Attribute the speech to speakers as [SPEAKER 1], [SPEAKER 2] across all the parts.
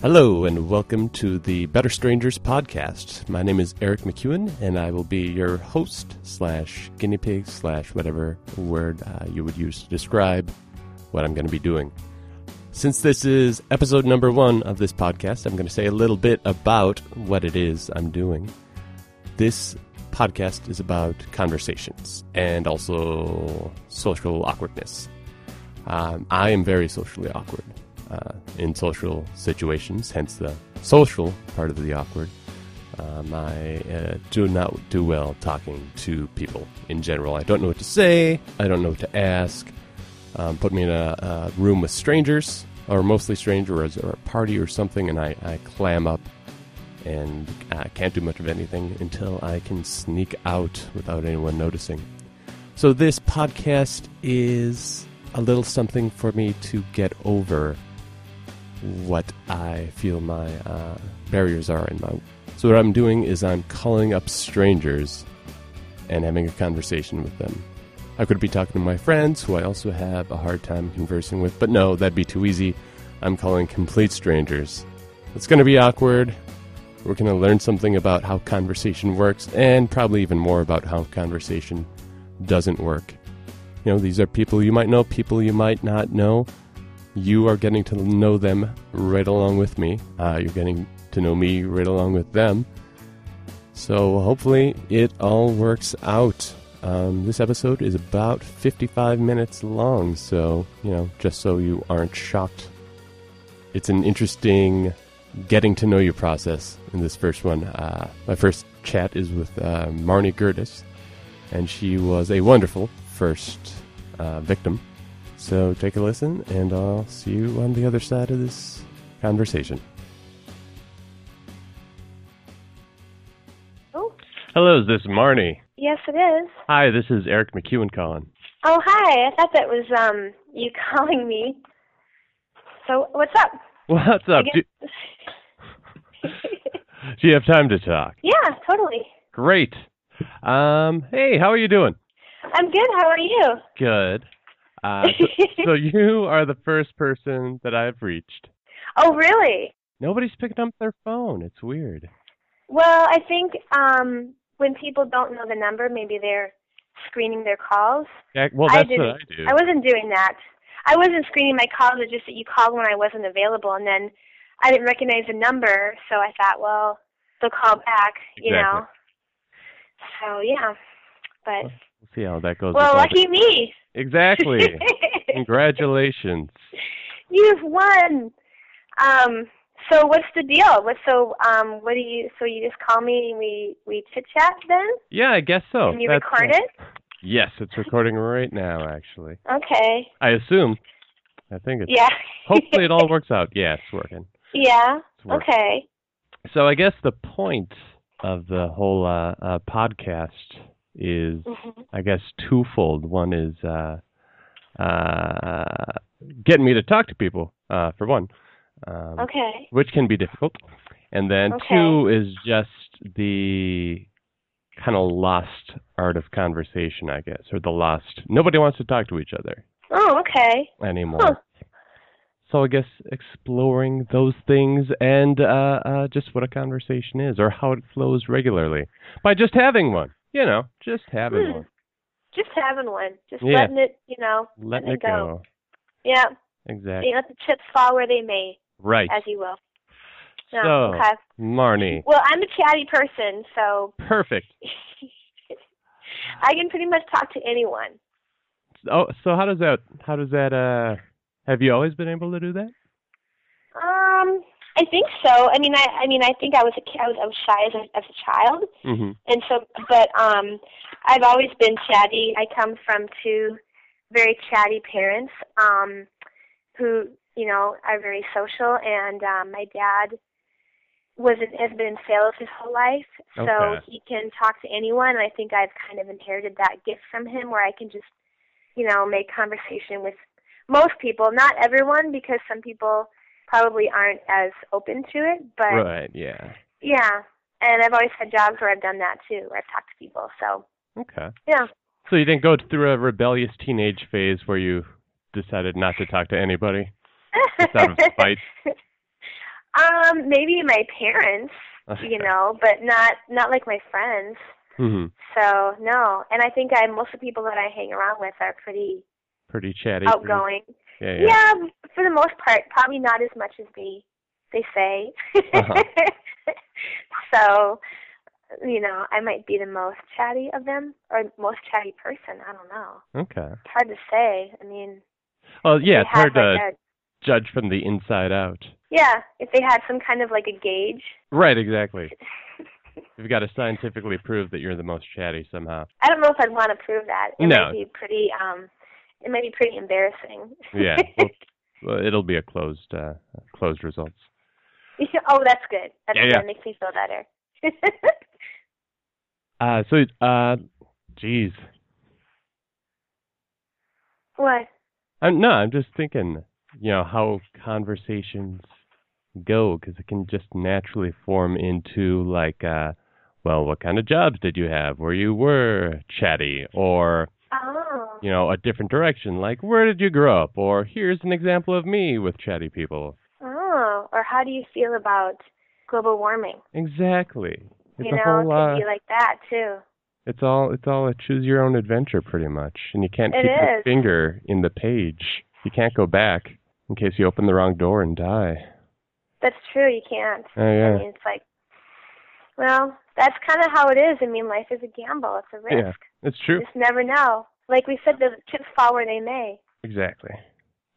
[SPEAKER 1] Hello, and welcome to the Better Strangers podcast. My name is Eric McEwen, and I will be your host slash guinea pig slash whatever word uh, you would use to describe what I'm going to be doing. Since this is episode number one of this podcast, I'm going to say a little bit about what it is I'm doing. This podcast is about conversations and also social awkwardness. Um, I am very socially awkward uh, in social situations, hence the social part of the awkward. Um, I uh, do not do well talking to people in general. I don't know what to say, I don't know what to ask. Um, put me in a, a room with strangers, or mostly strangers, or a party or something, and I, I clam up and I can't do much of anything until I can sneak out without anyone noticing. So, this podcast is a little something for me to get over what I feel my uh, barriers are in my. So, what I'm doing is I'm calling up strangers and having a conversation with them. I could be talking to my friends, who I also have a hard time conversing with, but no, that'd be too easy. I'm calling complete strangers. It's going to be awkward. We're going to learn something about how conversation works and probably even more about how conversation doesn't work. You know, these are people you might know, people you might not know. You are getting to know them right along with me. Uh, you're getting to know me right along with them. So hopefully it all works out. Um, this episode is about 55 minutes long, so, you know, just so you aren't shocked it's an interesting getting to know you process in this first one. Uh, my first chat is with uh, Marnie Gertis, and she was a wonderful first uh, victim. So take a listen, and I'll see you on the other side of this conversation.
[SPEAKER 2] Oh,
[SPEAKER 1] Hello, is this Marnie?
[SPEAKER 2] yes, it is.
[SPEAKER 1] Hi, this is Eric McEwen calling.
[SPEAKER 2] Oh, hi. I thought that was um you calling me. So what's up?
[SPEAKER 1] What's up? Do, do you have time to talk?
[SPEAKER 2] yeah, totally.
[SPEAKER 1] Great. Um, hey, how are you doing?
[SPEAKER 2] I'm good. How are you?
[SPEAKER 1] Good. Uh, so, so you are the first person that I've reached.
[SPEAKER 2] oh, really?
[SPEAKER 1] Nobody's picking up their phone. It's weird.
[SPEAKER 2] Well, I think um when people don't know the number, maybe they're screening their calls.
[SPEAKER 1] Yeah, well,
[SPEAKER 2] I
[SPEAKER 1] that's what I
[SPEAKER 2] didn't.
[SPEAKER 1] do.
[SPEAKER 2] I wasn't doing that. I wasn't screening my calls. It's just that you called when I wasn't available, and then I didn't recognize the number, so I thought, well, they'll call back, you
[SPEAKER 1] Exactly.
[SPEAKER 2] know. So yeah, but
[SPEAKER 1] We'll see how that goes. with
[SPEAKER 2] well,
[SPEAKER 1] all
[SPEAKER 2] lucky me.
[SPEAKER 1] the- Exactly. Congratulations.
[SPEAKER 2] You've won. Um, so what's the deal? What so um, what do you so you just call me and we we chit chat then?
[SPEAKER 1] Yeah, I guess so.
[SPEAKER 2] and you
[SPEAKER 1] That's-
[SPEAKER 2] record it?
[SPEAKER 1] Yes, it's recording right now, actually.
[SPEAKER 2] Okay.
[SPEAKER 1] I assume. I think it's.
[SPEAKER 2] Yeah.
[SPEAKER 1] Hopefully it all works out. Yeah, it's working.
[SPEAKER 2] Yeah.
[SPEAKER 1] It's working.
[SPEAKER 2] Okay.
[SPEAKER 1] So I guess the point of the whole uh, uh, podcast is
[SPEAKER 2] hmm
[SPEAKER 1] I guess twofold. One is uh, uh, getting me to talk to people, uh, for one, um,
[SPEAKER 2] Okay.
[SPEAKER 1] which can be difficult, and then
[SPEAKER 2] Okay.
[SPEAKER 1] two is just the kind of lost art of conversation, I guess, or the lost. Nobody wants to talk to each other
[SPEAKER 2] Oh, okay.
[SPEAKER 1] anymore.
[SPEAKER 2] Huh.
[SPEAKER 1] So I guess exploring those things and uh, uh, just what a conversation is, or how it flows regularly by just having one. You know, just having
[SPEAKER 2] Hmm.
[SPEAKER 1] one,
[SPEAKER 2] Just having one. Just
[SPEAKER 1] Yeah.
[SPEAKER 2] letting it, you know.
[SPEAKER 1] letting
[SPEAKER 2] Letting
[SPEAKER 1] it go.
[SPEAKER 2] Yeah.
[SPEAKER 1] Exactly.
[SPEAKER 2] You let the chips fall where they may,
[SPEAKER 1] Right.
[SPEAKER 2] as you will. No,
[SPEAKER 1] So-
[SPEAKER 2] okay.
[SPEAKER 1] Marnie.
[SPEAKER 2] Well, I'm a chatty person, so
[SPEAKER 1] Perfect.
[SPEAKER 2] I can pretty much talk to anyone.
[SPEAKER 1] Oh, so how does that? How does that? Uh, have you always been able to do that?
[SPEAKER 2] Um, I think so. I mean, I, I mean, I think I was a ki- I was, I was shy as a, as a child,
[SPEAKER 1] Mm-hmm.
[SPEAKER 2] and so, but um, I've always been chatty. I come from two very chatty parents, um, who you know are very social, and um, my dad was in, has been in sales his whole life, so
[SPEAKER 1] Okay.
[SPEAKER 2] he can talk to anyone. And I think I've kind of inherited that gift from him, where I can just you know make conversation with most people, not everyone, because some people probably aren't as open to it, but.
[SPEAKER 1] Right. Yeah.
[SPEAKER 2] Yeah. And I've always had jobs where I've done that too, where I've talked to people. So
[SPEAKER 1] Okay.
[SPEAKER 2] yeah.
[SPEAKER 1] So you didn't go through a rebellious teenage phase where you decided not to talk to anybody? Just out of spite?
[SPEAKER 2] Um, maybe my parents, you know, but not not like my friends.
[SPEAKER 1] hmm
[SPEAKER 2] So no, and I think I most of the people that I hang around with are pretty
[SPEAKER 1] Pretty chatty. pretty-
[SPEAKER 2] outgoing.
[SPEAKER 1] yeah, yeah.
[SPEAKER 2] Yeah, for the most part, probably not as much as they they say.
[SPEAKER 1] Uh-huh.
[SPEAKER 2] so, you know, I might be the most chatty of them or most chatty person. I don't know.
[SPEAKER 1] Okay.
[SPEAKER 2] It's hard to say. I mean,
[SPEAKER 1] Well, yeah,
[SPEAKER 2] if
[SPEAKER 1] it's
[SPEAKER 2] they had
[SPEAKER 1] hard to
[SPEAKER 2] like a-
[SPEAKER 1] judge from the inside out.
[SPEAKER 2] yeah, if they had some kind of like a gauge.
[SPEAKER 1] Right, exactly. You've got to scientifically prove that you're the most chatty somehow.
[SPEAKER 2] I don't know if I'd want to prove that. It
[SPEAKER 1] No.
[SPEAKER 2] might be pretty. Um, it might be pretty embarrassing.
[SPEAKER 1] Yeah. Well, well, it'll be a closed, uh, closed results.
[SPEAKER 2] oh, that's good. That's
[SPEAKER 1] Yeah,
[SPEAKER 2] good.
[SPEAKER 1] yeah.
[SPEAKER 2] That makes me feel better.
[SPEAKER 1] Uh, so, uh, geez,
[SPEAKER 2] what?
[SPEAKER 1] I'm, Uh, no, I'm just thinking, you know, how conversations go because it can just naturally form into like, uh, well, what kind of jobs did you have where you were chatty, or
[SPEAKER 2] Oh.
[SPEAKER 1] you know, a different direction, like where did you grow up, or here's an example of me with chatty people.
[SPEAKER 2] Oh, or how do you feel about global warming?
[SPEAKER 1] Exactly. It's
[SPEAKER 2] you
[SPEAKER 1] a
[SPEAKER 2] know,
[SPEAKER 1] whole
[SPEAKER 2] it
[SPEAKER 1] uh,
[SPEAKER 2] could be like that too.
[SPEAKER 1] it's all it's all a choose your own adventure pretty much. And you can't
[SPEAKER 2] It
[SPEAKER 1] keep your
[SPEAKER 2] is.
[SPEAKER 1] finger in the page. You can't go back in case you open the wrong door and die.
[SPEAKER 2] That's true. You can't.
[SPEAKER 1] Oh yeah.
[SPEAKER 2] I mean, it's like, well, that's kind of how it is. I mean, life is a gamble. It's a risk.
[SPEAKER 1] Yeah. It's true.
[SPEAKER 2] You just never know. Like we said, the chips fall where they may.
[SPEAKER 1] Exactly.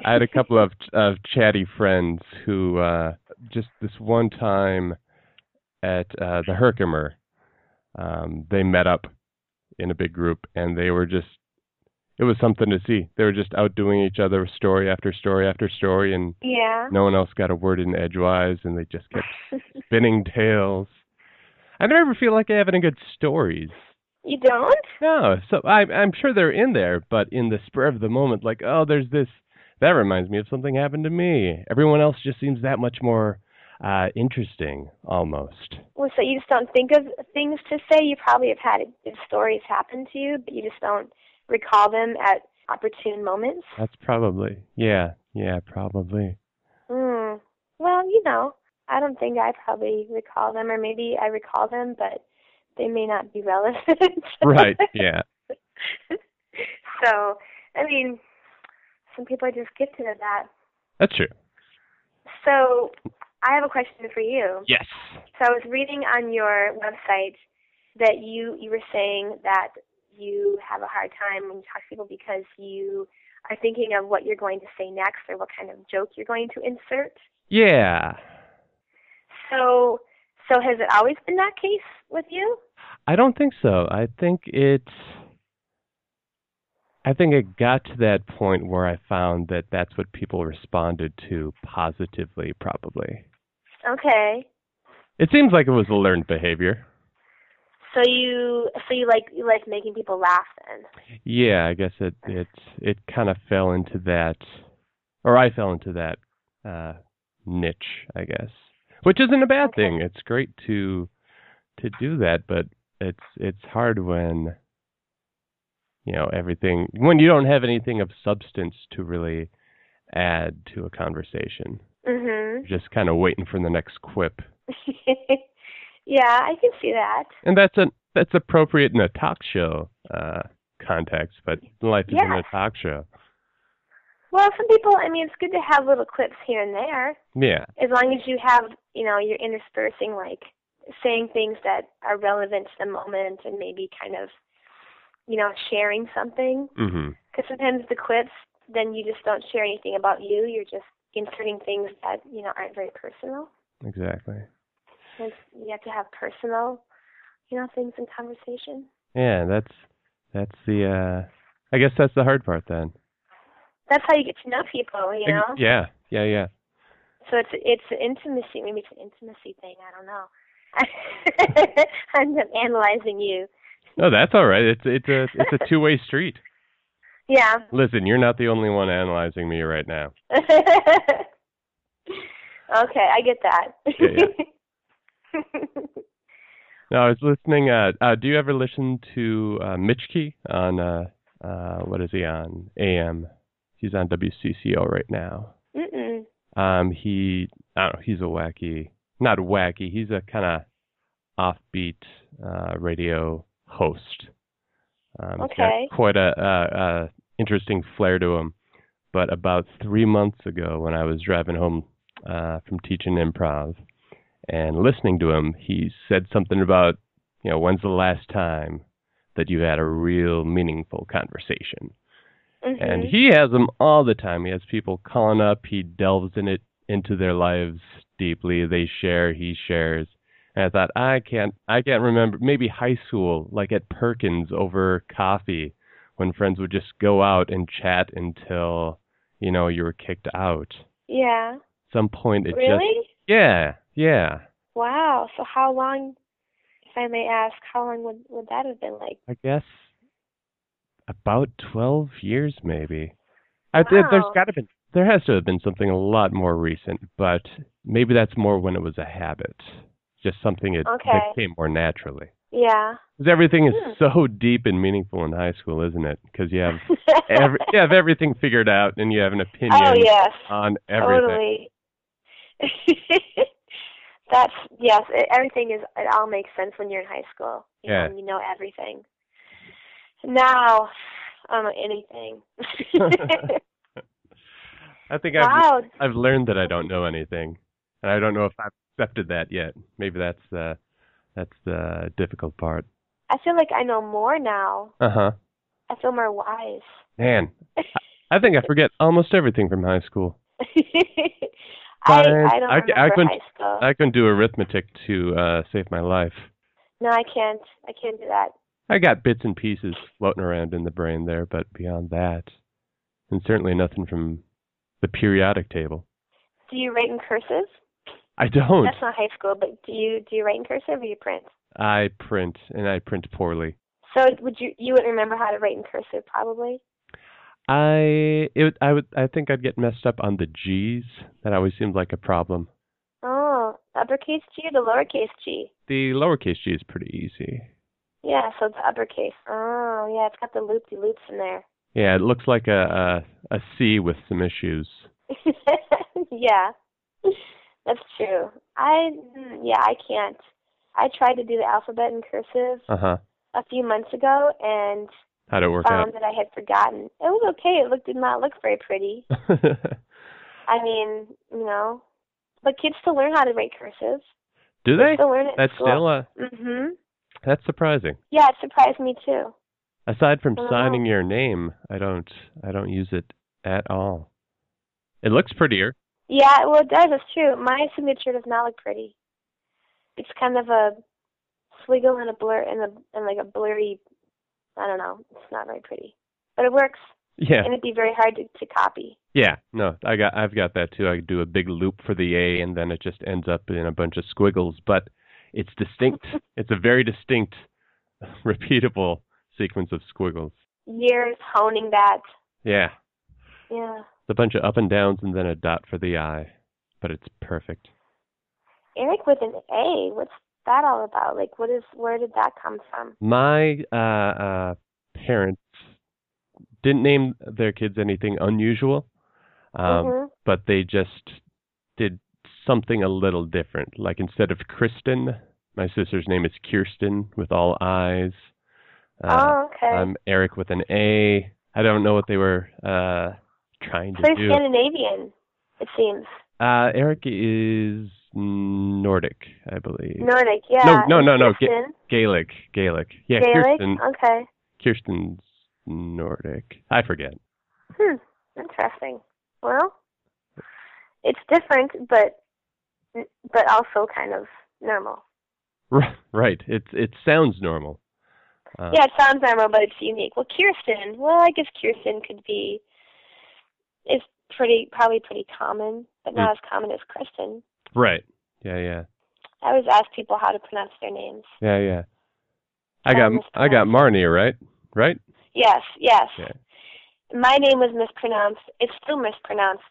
[SPEAKER 1] I had a couple of of chatty friends who uh just this one time at uh the Herkimer, um, they met up in a big group and they were just it was something to see. They were just outdoing each other story after story after story and
[SPEAKER 2] Yeah.
[SPEAKER 1] no one else got a word in edgewise and they just kept spinning tales. I never feel like I have any good stories.
[SPEAKER 2] you don't?
[SPEAKER 1] No, so I, I'm sure they're in there, but in the spur of the moment, like, oh, there's this. That reminds me of something happened to me. Everyone else just seems that much more uh, interesting, almost.
[SPEAKER 2] Well, so you just don't think of things to say. You probably have had good stories happen to you, but you just don't recall them at opportune moments.
[SPEAKER 1] That's probably, yeah, yeah, probably.
[SPEAKER 2] Hmm. Well, you know, I don't think I probably recall them, or maybe I recall them, but they may not be relevant.
[SPEAKER 1] Right, yeah,
[SPEAKER 2] so, I mean, some people are just gifted at that.
[SPEAKER 1] that's true.
[SPEAKER 2] So, I have a question for you.
[SPEAKER 1] Yes.
[SPEAKER 2] So, I was reading on your website that you you were saying that you have a hard time when you talk to people because you are thinking of what you're going to say next or what kind of joke you're going to insert.
[SPEAKER 1] Yeah.
[SPEAKER 2] So, so has it always been that case with you?
[SPEAKER 1] I don't think so. I think it's. I think it got to that point where I found that that's what people responded to positively, probably.
[SPEAKER 2] Okay.
[SPEAKER 1] It seems like it was a learned behavior.
[SPEAKER 2] So you, so you like you like making people laugh then?
[SPEAKER 1] Yeah, I guess it it it kind of fell into that, or I fell into that uh, niche, I guess, which isn't a bad
[SPEAKER 2] Okay.
[SPEAKER 1] thing. It's great to to do that, but it's it's hard when you know everything when you don't have anything of substance to really add to a conversation.
[SPEAKER 2] Mhm.
[SPEAKER 1] You're just kind of waiting for the next quip,
[SPEAKER 2] yeah, I can see that.
[SPEAKER 1] and that's a that's appropriate in a talk show uh, context, but life isn't
[SPEAKER 2] Yes.
[SPEAKER 1] a talk show.
[SPEAKER 2] Well, some people, I mean, it's good to have little clips here and there,
[SPEAKER 1] Yeah.
[SPEAKER 2] as long as you have, you know, you're interspersing like saying things that are relevant to the moment and maybe kind of, you know, sharing something.
[SPEAKER 1] hmm
[SPEAKER 2] Because sometimes the clips, then you just don't share anything about you. You're just inserting things that you know aren't very personal.
[SPEAKER 1] Exactly.
[SPEAKER 2] Like you have to have personal, you know, things in conversation.
[SPEAKER 1] Yeah, that's that's the. uh I guess that's the hard part then.
[SPEAKER 2] That's how you get to know people, you know.
[SPEAKER 1] Ex- Yeah, yeah, yeah.
[SPEAKER 2] So it's it's an intimacy. Maybe it's an intimacy thing. I don't know. I'm analyzing you.
[SPEAKER 1] No, that's all right. It's it's a it's a two way street.
[SPEAKER 2] Yeah.
[SPEAKER 1] Listen, you're not the only one analyzing me right now.
[SPEAKER 2] okay, I get that.
[SPEAKER 1] Yeah, No, I was listening. Uh, uh do you ever listen to uh, Mitch Key on uh, uh, what is he on AM? He's on WCCO right now.
[SPEAKER 2] Mm-mm.
[SPEAKER 1] Um, he I don't know. He's a wacky, not wacky. He's a kind of offbeat uh, radio host. Um, he's got
[SPEAKER 2] Okay.
[SPEAKER 1] quite a, a, a interesting flair to him. But about three months ago, when I was driving home uh, from teaching improv and listening to him, he said something about, you know, when's the last time that you had a real meaningful conversation?
[SPEAKER 2] hmm
[SPEAKER 1] and he has them all the time. He has people calling up. He delves in it into their lives deeply. They share. He shares. And I thought I can't. I can't remember. Maybe high school, like at Perkins over coffee, when friends would just go out and chat until you know you were kicked out.
[SPEAKER 2] yeah.
[SPEAKER 1] Some point it just
[SPEAKER 2] Really?
[SPEAKER 1] yeah yeah.
[SPEAKER 2] Wow. So how long, if I may ask, how long would would that have been like?
[SPEAKER 1] I guess about twelve years, maybe. I, there- there's
[SPEAKER 2] Wow.
[SPEAKER 1] got to been there has to have been something a lot more recent, but maybe that's more when it was a habit, just something it
[SPEAKER 2] Okay.
[SPEAKER 1] that came more naturally.
[SPEAKER 2] Yeah.
[SPEAKER 1] 'Cause everything is
[SPEAKER 2] Hmm.
[SPEAKER 1] so deep and meaningful in high school, isn't it? Because you have every, you have everything figured out, and you have an opinion
[SPEAKER 2] oh yes.
[SPEAKER 1] on uh, everything.
[SPEAKER 2] Totally. That's yes. It, everything is. It all makes sense when you're in high school. You
[SPEAKER 1] Yeah.
[SPEAKER 2] Know, and you know everything. Now, I don't know anything.
[SPEAKER 1] I think I've
[SPEAKER 2] wow.
[SPEAKER 1] I've learned that I don't know anything, and I don't know if I've accepted that yet. Maybe that's the that's the difficult part.
[SPEAKER 2] I feel like I know more now.
[SPEAKER 1] Uh huh.
[SPEAKER 2] I feel more wise.
[SPEAKER 1] Man, I, I think I forget almost everything from high school.
[SPEAKER 2] I
[SPEAKER 1] Fine.
[SPEAKER 2] I don't
[SPEAKER 1] I- I
[SPEAKER 2] remember
[SPEAKER 1] couldn't-
[SPEAKER 2] high school.
[SPEAKER 1] I couldn't do arithmetic to uh, save my life.
[SPEAKER 2] no, I can't. I can't do that.
[SPEAKER 1] I got bits and pieces floating around in the brain there, but beyond that, and certainly nothing from the periodic table.
[SPEAKER 2] Do you write in cursive?
[SPEAKER 1] I don't.
[SPEAKER 2] That's not high school, but do you do you write in cursive or you print?
[SPEAKER 1] I print, and I print poorly.
[SPEAKER 2] So would you you would remember how to write in cursive probably?
[SPEAKER 1] I it would- I would I think I'd get messed up on the G's. That always seemed like a problem.
[SPEAKER 2] Oh, uppercase G or the lowercase G?
[SPEAKER 1] The lowercase G is pretty easy.
[SPEAKER 2] Yeah, so it's uppercase. Oh, yeah, it's got the loop de loops in there.
[SPEAKER 1] Yeah, it looks like a a, a C with some issues.
[SPEAKER 2] yeah, that's true. I mm, yeah, I can't. I tried to do the alphabet in cursive
[SPEAKER 1] Uh huh.
[SPEAKER 2] a few months ago and
[SPEAKER 1] How'd it work
[SPEAKER 2] found that I had forgotten. It was okay. It looked did not look very pretty.
[SPEAKER 1] out?
[SPEAKER 2] I mean, you know, but kids still learn how to write cursive.
[SPEAKER 1] Do they?
[SPEAKER 2] Still learn it.
[SPEAKER 1] That's still uh
[SPEAKER 2] Mhm.
[SPEAKER 1] that's surprising.
[SPEAKER 2] Yeah, it surprised me too.
[SPEAKER 1] Aside from
[SPEAKER 2] I don't
[SPEAKER 1] signing
[SPEAKER 2] know.
[SPEAKER 1] your name, I don't I don't use it at all. It looks prettier.
[SPEAKER 2] Yeah, well, it does. It's true. My signature does not look pretty. It's kind of a swiggle and a blur and a and like a blurry. I don't know. It's not very pretty, but it works,
[SPEAKER 1] Yeah.
[SPEAKER 2] and it'd be very hard to, to copy.
[SPEAKER 1] Yeah. No, I got I've got that too. I do a big loop for the A and then it just ends up in a bunch of squiggles, but it's distinct. it's a very distinct repeatable sequence of squiggles.
[SPEAKER 2] Years honing that.
[SPEAKER 1] Yeah.
[SPEAKER 2] Yeah.
[SPEAKER 1] It's a bunch of up and downs and then a dot for the I. But it's perfect.
[SPEAKER 2] Eric with an A. What's that all about? Like, what is? Where did that come from?
[SPEAKER 1] my uh, uh, parents didn't name their kids anything unusual, um,
[SPEAKER 2] mhm.
[SPEAKER 1] but they just did something a little different. Like instead of Kristen, my sister's name is Kirsten with all I's. Uh,
[SPEAKER 2] oh, okay.
[SPEAKER 1] I'm Eric with an A. I don't know what they were uh, trying to
[SPEAKER 2] Pretty
[SPEAKER 1] do.
[SPEAKER 2] Scandinavian, it seems.
[SPEAKER 1] Uh, Eric is Nordic, I believe.
[SPEAKER 2] Nordic, yeah.
[SPEAKER 1] no, no,
[SPEAKER 2] and
[SPEAKER 1] no, get-
[SPEAKER 2] Kirsten,
[SPEAKER 1] Gaelic, Gaelic. Yeah,
[SPEAKER 2] Gaelic.
[SPEAKER 1] Kirsten.
[SPEAKER 2] Okay.
[SPEAKER 1] Kirsten's Nordic. I forget.
[SPEAKER 2] Hmm. Interesting. Well, it's different, but but also kind of normal.
[SPEAKER 1] R- Right. It it sounds normal. Uh,
[SPEAKER 2] yeah, it sounds normal, but it's unique. Well, Kirsten. Well, I guess Kirsten could be is pretty probably pretty common, but not as common as Kristen.
[SPEAKER 1] Right. Yeah. Yeah.
[SPEAKER 2] I always ask people how to pronounce their names.
[SPEAKER 1] Yeah. Yeah. I
[SPEAKER 2] Sounds
[SPEAKER 1] got I got Marnie right. Right.
[SPEAKER 2] Yes, yes.
[SPEAKER 1] Yeah.
[SPEAKER 2] My name was mispronounced. It's still mispronounced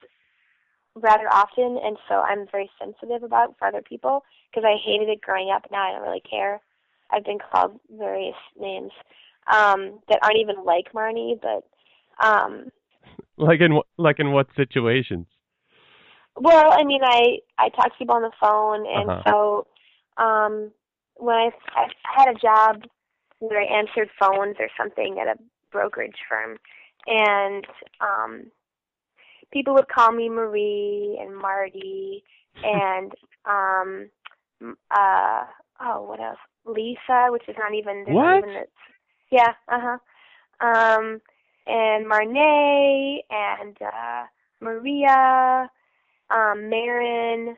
[SPEAKER 2] rather often, and so I'm very sensitive about it for other people because I hated it growing up. Now I don't really care. I've been called various names um, that aren't even like Marnie, but um,
[SPEAKER 1] Like in wh- like in what situations?
[SPEAKER 2] Well, I mean, I I talk to people on the phone, and
[SPEAKER 1] Uh-huh.
[SPEAKER 2] so um, when I, I had a job where I answered phones or something at a brokerage firm, and um, people would call me Marie and Marty and um, m- uh, oh, what else? Lisa, which is not even there's not
[SPEAKER 1] What?
[SPEAKER 2] even the- yeah, uh huh. Um, and Marnay and uh, Maria, um, Marin,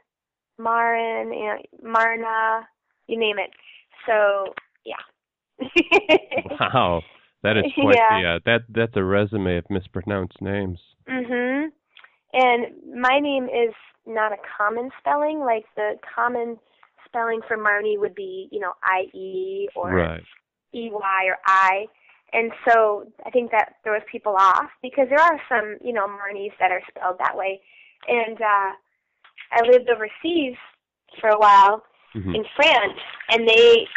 [SPEAKER 2] Marin, you know, Marna, you name it. So yeah.
[SPEAKER 1] Wow, that is quite
[SPEAKER 2] Yeah.
[SPEAKER 1] the uh, that that's a resume of mispronounced names.
[SPEAKER 2] Mhm. And my name is not a common spelling. Like the common spelling for Marnie would be, you know, I E or
[SPEAKER 1] Right.
[SPEAKER 2] E Y or I. And so I think that throws people off because there are some, you know, Marnies that are spelled that way. And uh I lived overseas for a while
[SPEAKER 1] Mhm.
[SPEAKER 2] in France and they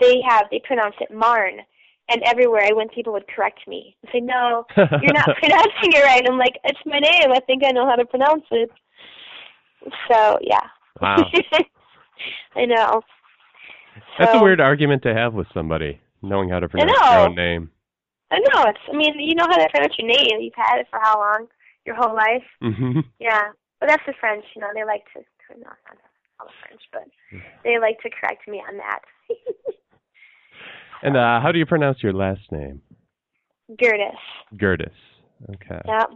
[SPEAKER 2] they have they pronounce it Marn. And everywhere I went people would correct me and say, No, you're not pronouncing it right. I'm like, it's my name. I think I know how to pronounce it. So yeah.
[SPEAKER 1] wow,
[SPEAKER 2] I know.
[SPEAKER 1] that's a
[SPEAKER 2] So-
[SPEAKER 1] weird argument to have with somebody knowing how to pronounce
[SPEAKER 2] know.
[SPEAKER 1] your own name.
[SPEAKER 2] I know. It's. I mean, you know how to pronounce your name. You've had it for how long? Your whole life.
[SPEAKER 1] hmm
[SPEAKER 2] Yeah. But that's the French. You know, they like to. No, not all the French,
[SPEAKER 1] Hmm.
[SPEAKER 2] but they like to correct me on that.
[SPEAKER 1] And uh, how do you pronounce your last name?
[SPEAKER 2] Gertis.
[SPEAKER 1] Gertis. Okay.
[SPEAKER 2] Yep.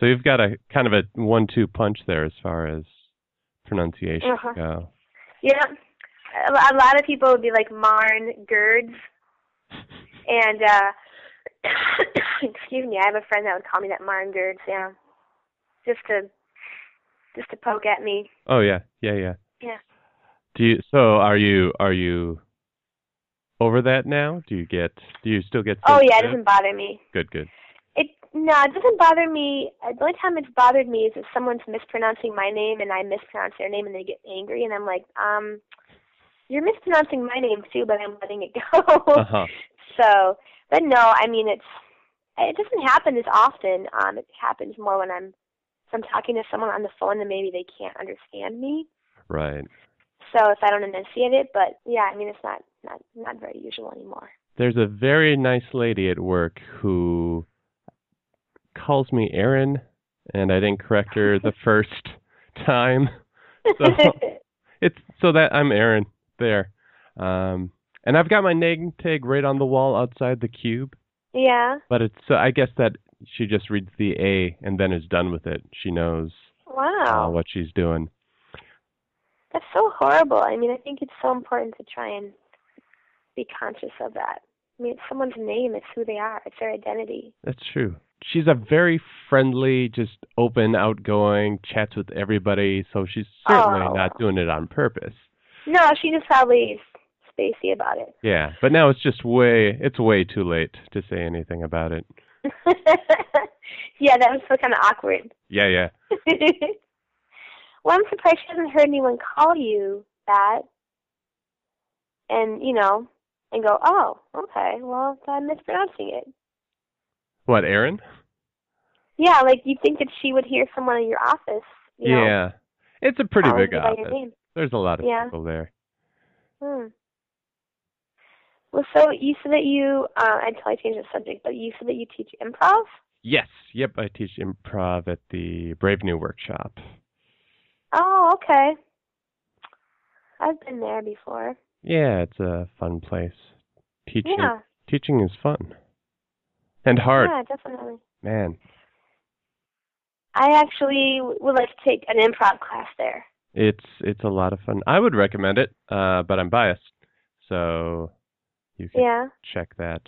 [SPEAKER 1] So you've got a kind of a one-two punch there as far as pronunciation
[SPEAKER 2] Uh-huh.
[SPEAKER 1] go.
[SPEAKER 2] Yep. A lo- A lot of people would be like Marn Gerds, and uh excuse me, I have a friend that would call me that Marn Gerds. Yeah. Just to, just to poke at me.
[SPEAKER 1] Oh yeah, yeah, yeah.
[SPEAKER 2] Yeah.
[SPEAKER 1] Do you? So are you? Are you over that now? Do you get? Do you still get?
[SPEAKER 2] Oh yeah, it
[SPEAKER 1] sensitive?
[SPEAKER 2] doesn't bother me.
[SPEAKER 1] Good, good.
[SPEAKER 2] It no, it doesn't bother me. Uh, The only time it's bothered me is if someone's mispronouncing my name and I mispronounce their name and they get angry and I'm like, um, you're mispronouncing my name too, but I'm letting it go.
[SPEAKER 1] Uh huh.
[SPEAKER 2] So, but no, I mean it's it doesn't happen as often. Um, it happens more when I'm if I'm talking to someone on the phone and maybe they can't understand me.
[SPEAKER 1] Right.
[SPEAKER 2] So if I don't enunciate it, but yeah, I mean it's not not not very usual anymore.
[SPEAKER 1] There's a very nice lady at work who calls me Erin, and I didn't correct her the first time. So- It's so that I'm Aaron there. Um, and I've got my name tag right on the wall outside the cube,
[SPEAKER 2] yeah.
[SPEAKER 1] but it's so I guess that she just reads the A and then is done with it. She knows uh,
[SPEAKER 2] Wow.
[SPEAKER 1] what she's doing.
[SPEAKER 2] That's so horrible. I mean, I think it's so important to try and be conscious of that. I mean, it's someone's name, it's who they are, it's their identity.
[SPEAKER 1] That's true. She's a very friendly, just open, outgoing, chats with everybody, so she's certainly
[SPEAKER 2] Oh.
[SPEAKER 1] not doing it on purpose.
[SPEAKER 2] No, she just probably is spacey about it.
[SPEAKER 1] Yeah, but now it's just way it's way too late to say anything about it.
[SPEAKER 2] yeah, that was so kind of awkward.
[SPEAKER 1] Yeah, yeah.
[SPEAKER 2] well, I'm surprised she hasn't heard anyone call you that. And, you know, and go, oh, okay, well, I'm mispronouncing it.
[SPEAKER 1] What, Aaron?
[SPEAKER 2] Yeah, like you'd think that she would hear someone in your office. You know,
[SPEAKER 1] yeah. It's a pretty
[SPEAKER 2] calling
[SPEAKER 1] big
[SPEAKER 2] you by your
[SPEAKER 1] office.
[SPEAKER 2] name.
[SPEAKER 1] There's a lot of
[SPEAKER 2] Yeah.
[SPEAKER 1] people there.
[SPEAKER 2] Hmm. Well, so you said that you, uh, I totally changed the subject, but you said that you teach improv?
[SPEAKER 1] Yes. Yep. I teach improv at the Brave New Workshop.
[SPEAKER 2] Oh, okay. I've been there before.
[SPEAKER 1] Yeah, it's a fun place. Teaching
[SPEAKER 2] Yeah,
[SPEAKER 1] teaching is fun. And hard,
[SPEAKER 2] yeah, definitely.
[SPEAKER 1] man.
[SPEAKER 2] I actually w- would like to take an improv class there.
[SPEAKER 1] It's it's a lot of fun. I would recommend it, uh, but I'm biased. So you can
[SPEAKER 2] Yeah.
[SPEAKER 1] check that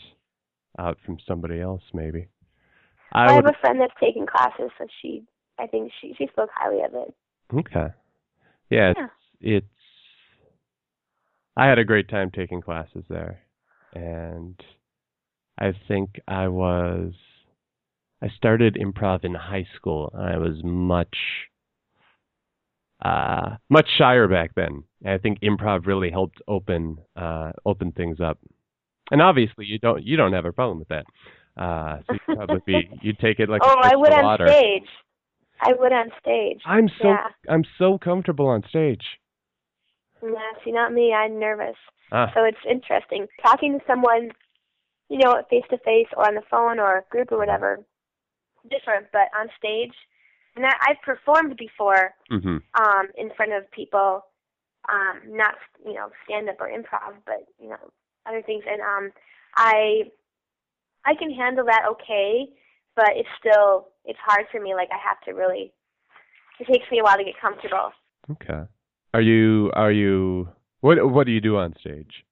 [SPEAKER 1] out from somebody else maybe.
[SPEAKER 2] I,
[SPEAKER 1] I
[SPEAKER 2] have
[SPEAKER 1] would
[SPEAKER 2] a friend that's taking classes, so she, I think she, she spoke highly of it.
[SPEAKER 1] Okay. Yeah, it's,
[SPEAKER 2] Yeah.
[SPEAKER 1] it's I had a great time taking classes there. And I think I was I started improv in high school. I was much uh much shyer back then. And I think improv really helped open uh open things up. And obviously you don't you don't have a problem with that. Uh so you probably be you take it like
[SPEAKER 2] oh,
[SPEAKER 1] a
[SPEAKER 2] I
[SPEAKER 1] fish
[SPEAKER 2] would
[SPEAKER 1] to
[SPEAKER 2] on
[SPEAKER 1] water.
[SPEAKER 2] stage. I would on stage.
[SPEAKER 1] I'm so
[SPEAKER 2] Yeah.
[SPEAKER 1] I'm so comfortable on stage.
[SPEAKER 2] Yeah, see, not me. I'm nervous.
[SPEAKER 1] Ah,
[SPEAKER 2] So it's interesting talking to someone, you know, face to face or on the phone or a group or whatever. Different, but on stage, and I, I've performed before
[SPEAKER 3] Mm-hmm.
[SPEAKER 2] um, in front of people, um, not you know stand up or improv, but you know other things. And um, I I can handle that okay, but it's still it's hard for me. Like I have to really. It takes me a while to get comfortable.
[SPEAKER 1] okay. Are you are you what what do you do on stage?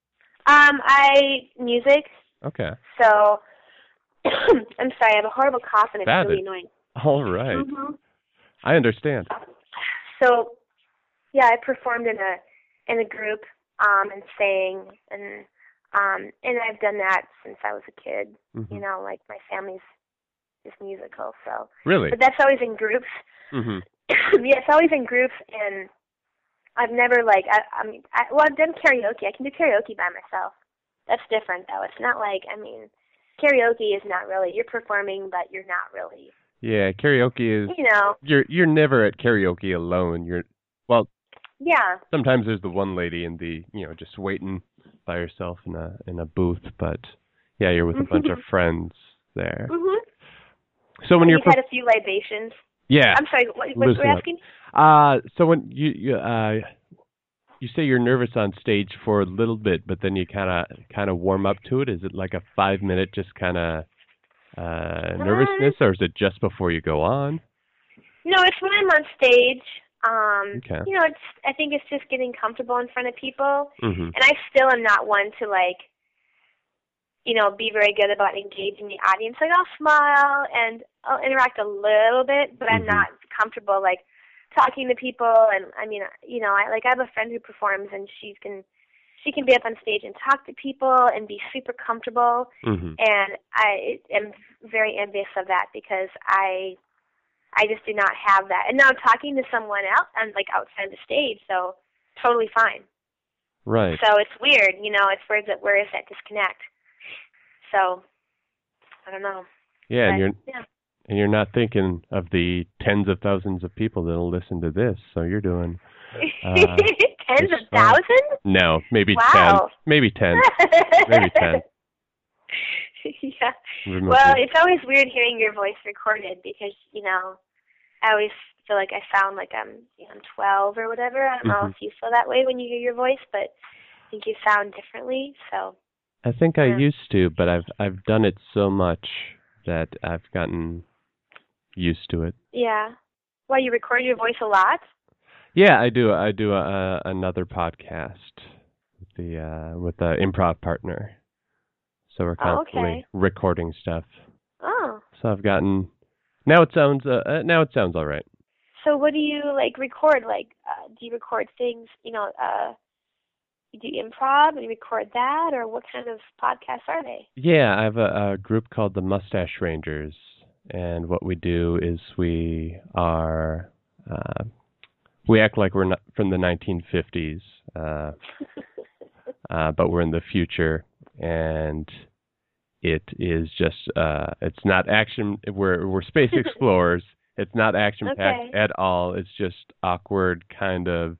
[SPEAKER 2] Um, I music,
[SPEAKER 1] Okay.
[SPEAKER 2] so I'm sorry. I have a horrible cough and it's
[SPEAKER 1] Bad.
[SPEAKER 2] really annoying.
[SPEAKER 1] All right.
[SPEAKER 2] Mhm.
[SPEAKER 1] I understand.
[SPEAKER 2] so yeah i performed in a in a group um and sang and um and i've done that since i was a kid
[SPEAKER 1] Mhm.
[SPEAKER 2] you know like my family's is musical so
[SPEAKER 1] Really?
[SPEAKER 2] but that's always in groups
[SPEAKER 3] Mm-hmm.
[SPEAKER 2] yeah it's always in groups and i've never like i i mean i well i've done karaoke i can do karaoke by myself that's different though it's not like i mean karaoke is not really you're performing but you're not really
[SPEAKER 1] Yeah, karaoke is
[SPEAKER 2] you know
[SPEAKER 1] you're you're never at karaoke alone. You're well,
[SPEAKER 2] yeah
[SPEAKER 1] sometimes there's the one lady in the, you know, just waiting by herself in a in a booth, but yeah, you're with a bunch of friends there.
[SPEAKER 2] mhm
[SPEAKER 1] So when
[SPEAKER 2] And
[SPEAKER 1] you're
[SPEAKER 2] you've had a few libations
[SPEAKER 1] per- yeah,
[SPEAKER 2] I'm sorry. What, what you were
[SPEAKER 1] Listen up.
[SPEAKER 2] asking?
[SPEAKER 1] Uh, so when you you uh, you say you're nervous on stage for a little bit, but then you kind of kind of warm up to it. Is it like a five minute just kind of uh, nervousness, or is it just before you go on?
[SPEAKER 2] No, it's when I'm on stage. Um,
[SPEAKER 1] Okay.
[SPEAKER 2] you know, it's I think it's just getting comfortable in front of people,
[SPEAKER 1] hmm
[SPEAKER 2] and I still am not one to like, you know, be very good about engaging the audience. Like I'll smile and I'll interact a little bit, but I'm
[SPEAKER 1] Mhm.
[SPEAKER 2] not comfortable like talking to people. And I mean, you know, I like I have a friend who performs, and she can she can be up on stage and talk to people and be super comfortable.
[SPEAKER 1] hmm
[SPEAKER 2] and I am very envious of that because I I just do not have that. And now I'm talking to someone out and like outside the stage, so totally fine.
[SPEAKER 1] Right.
[SPEAKER 2] So it's weird, you know. It's where is it? Where is that disconnect? So I don't know.
[SPEAKER 1] yeah,
[SPEAKER 2] but,
[SPEAKER 1] and you're
[SPEAKER 2] yeah.
[SPEAKER 1] and you're not thinking of the tens of thousands of people that'll listen to this. So you're doing Uh,
[SPEAKER 2] Tens of
[SPEAKER 1] it's fine.
[SPEAKER 2] thousands.
[SPEAKER 1] no, maybe
[SPEAKER 2] Wow.
[SPEAKER 1] ten, maybe ten, maybe ten.
[SPEAKER 2] yeah.
[SPEAKER 1] remotely.
[SPEAKER 2] Well, it's always weird hearing your voice recorded because you know, I always feel like I sound like I'm you know, I'm 12 or whatever. I don't know if you feel that way when you hear your voice, but I think you sound differently. So
[SPEAKER 1] I think I
[SPEAKER 2] Yeah.
[SPEAKER 1] used to, but I've I've done it so much that I've gotten used to it.
[SPEAKER 2] yeah. Well, you record your voice a lot.
[SPEAKER 1] Yeah, I do. I do a, another podcast with the uh, with the improv partner, so we're
[SPEAKER 2] Oh,
[SPEAKER 1] constantly
[SPEAKER 2] okay.
[SPEAKER 1] recording stuff.
[SPEAKER 2] Oh,
[SPEAKER 1] So I've gotten now it sounds uh, uh, now it sounds all right.
[SPEAKER 2] so what do you like record? Like, uh, do you record things? You know, uh, you do improv and you record that, or what kind of podcasts are they?
[SPEAKER 1] Yeah, I have a, a group called the Mustache Rangers, and what we do is we are uh, we act like we're not from the 1950s, uh, uh, but we're in the future, and it is just uh, it's not action. We're we're space explorers. It's not action packed
[SPEAKER 2] Okay.
[SPEAKER 1] at all. It's just awkward, kind of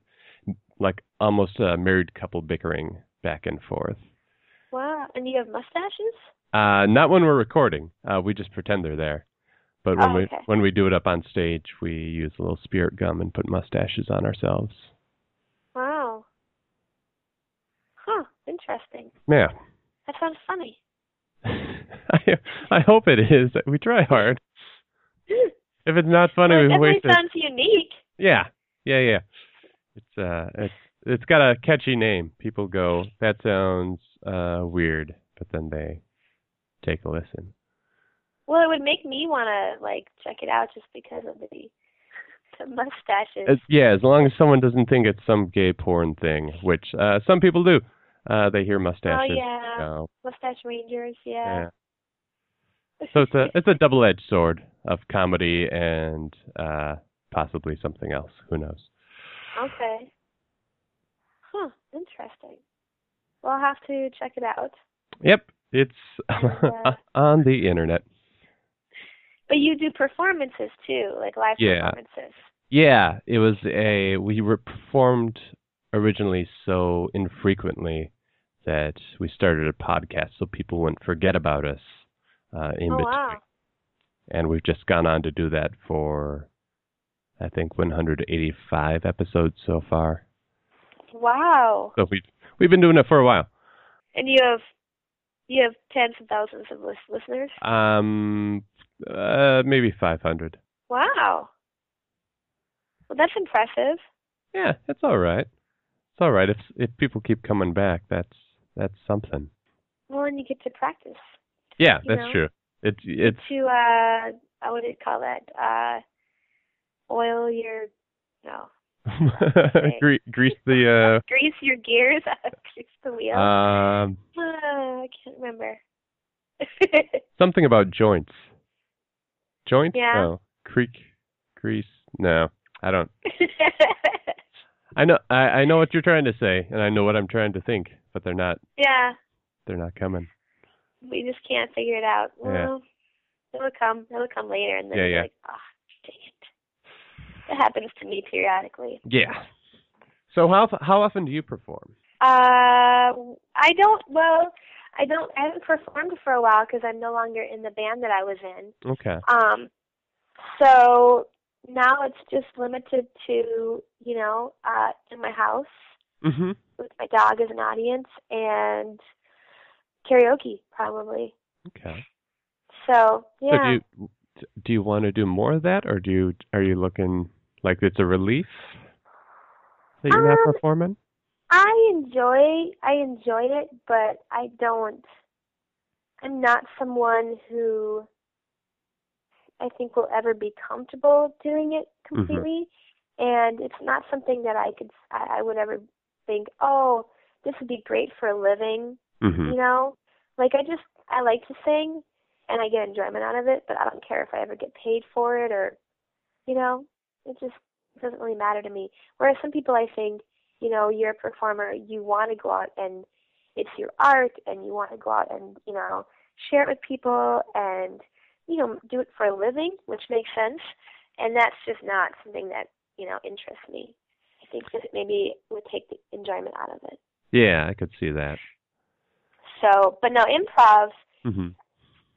[SPEAKER 1] like almost a married couple bickering back and forth.
[SPEAKER 2] Wow, and you have mustaches?
[SPEAKER 1] Uh, not when we're recording. Uh, we just pretend they're there. But when
[SPEAKER 2] Oh,
[SPEAKER 1] we
[SPEAKER 2] okay.
[SPEAKER 1] when we do it up on stage, we use a little spirit gum and put mustaches on ourselves.
[SPEAKER 2] Wow. Huh, interesting.
[SPEAKER 1] Yeah.
[SPEAKER 2] That sounds funny.
[SPEAKER 1] I I hope it is. We try hard. If it's not funny,
[SPEAKER 2] Well, it
[SPEAKER 1] we
[SPEAKER 2] definitely
[SPEAKER 1] wasted.
[SPEAKER 2] sounds unique.
[SPEAKER 1] Yeah, yeah, yeah. It's uh, it's it's got a catchy name. People go, that sounds uh weird, but then they take a listen.
[SPEAKER 2] Well, it would make me want to like check it out just because of the the mustaches.
[SPEAKER 1] As, yeah, as long as someone doesn't think it's some gay porn thing, which uh, some people do. Uh, they hear mustaches.
[SPEAKER 2] oh yeah,
[SPEAKER 1] go,
[SPEAKER 2] mustache rangers.
[SPEAKER 1] yeah.
[SPEAKER 2] Yeah.
[SPEAKER 1] So it's a it's a double edged sword of comedy and uh, possibly something else. Who knows?
[SPEAKER 2] okay. Huh, interesting. Well, I'll have to check it out.
[SPEAKER 1] Yep, it's
[SPEAKER 2] Yeah.
[SPEAKER 1] on the internet.
[SPEAKER 2] But you do performances too, like live
[SPEAKER 1] Yeah.
[SPEAKER 2] performances.
[SPEAKER 1] Yeah, it was a we were performed originally so infrequently that we started a podcast so people wouldn't forget about us uh, in
[SPEAKER 2] oh
[SPEAKER 1] between,
[SPEAKER 2] wow.
[SPEAKER 1] and we've just gone on to do that for I think 185 episodes so far.
[SPEAKER 2] Wow.
[SPEAKER 1] So we we've been doing it for a while.
[SPEAKER 2] And you have you have tens of thousands of lis- listeners.
[SPEAKER 1] Um, uh, maybe 500.
[SPEAKER 2] Wow. Well, that's impressive.
[SPEAKER 1] Yeah, it's all right. It's all right if if people keep coming back. That's that's something.
[SPEAKER 2] Well, and you get to practice
[SPEAKER 1] Yeah,
[SPEAKER 2] You
[SPEAKER 1] that's
[SPEAKER 2] know?
[SPEAKER 1] true. It's it's
[SPEAKER 2] to uh, uh, what do you call that? Uh, oil your no,
[SPEAKER 1] Gre- grease the
[SPEAKER 2] grease your gears, grease the
[SPEAKER 1] uh,
[SPEAKER 2] wheel.
[SPEAKER 1] um
[SPEAKER 2] Ah, I can't remember.
[SPEAKER 1] something about joints. Joints?
[SPEAKER 2] Yeah.
[SPEAKER 1] No. Creek grease. No. I don't I know I, I know what you're trying to say and I know what I'm trying to think, but they're not
[SPEAKER 2] yeah,
[SPEAKER 1] they're not coming.
[SPEAKER 2] we just can't figure it out. Well,
[SPEAKER 1] Yeah.
[SPEAKER 2] it'll come. It'll come later, and then
[SPEAKER 1] Yeah,
[SPEAKER 2] it's
[SPEAKER 1] yeah.
[SPEAKER 2] like, oh, dang it. That happens to me periodically.
[SPEAKER 1] Yeah. So how of- how often do you perform?
[SPEAKER 2] Uh, I don't. Well, I don't. I haven't performed for a while because I'm no longer in the band that I was in.
[SPEAKER 1] Okay.
[SPEAKER 2] Um, so now it's just limited to you know, uh, in my house
[SPEAKER 1] Mhm.
[SPEAKER 2] with my dog as an audience and karaoke probably.
[SPEAKER 1] Okay.
[SPEAKER 2] So yeah.
[SPEAKER 1] So do you do you want to do more of that or do you are you looking like it's a relief that you're
[SPEAKER 2] Um,
[SPEAKER 1] not performing?
[SPEAKER 2] I enjoy I enjoy it, but I don't. I'm not someone who I think will ever be comfortable doing it completely, and it's not something that I could I, I would ever think, oh, this would be great for a living,
[SPEAKER 1] Mhm.
[SPEAKER 2] you know. Like I just I like to sing, and I get enjoyment out of it, but I don't care if I ever get paid for it or, you know, it just doesn't really matter to me. Whereas some people, I think, you know, you're a performer, you want to go out and it's your art and you want to go out and, you know, share it with people and, you know, do it for a living, which makes sense. And that's just not something that, you know, interests me. I think that it maybe would take the enjoyment out of it.
[SPEAKER 1] Yeah, I could see that.
[SPEAKER 2] So, but no, improv,
[SPEAKER 1] Mhm.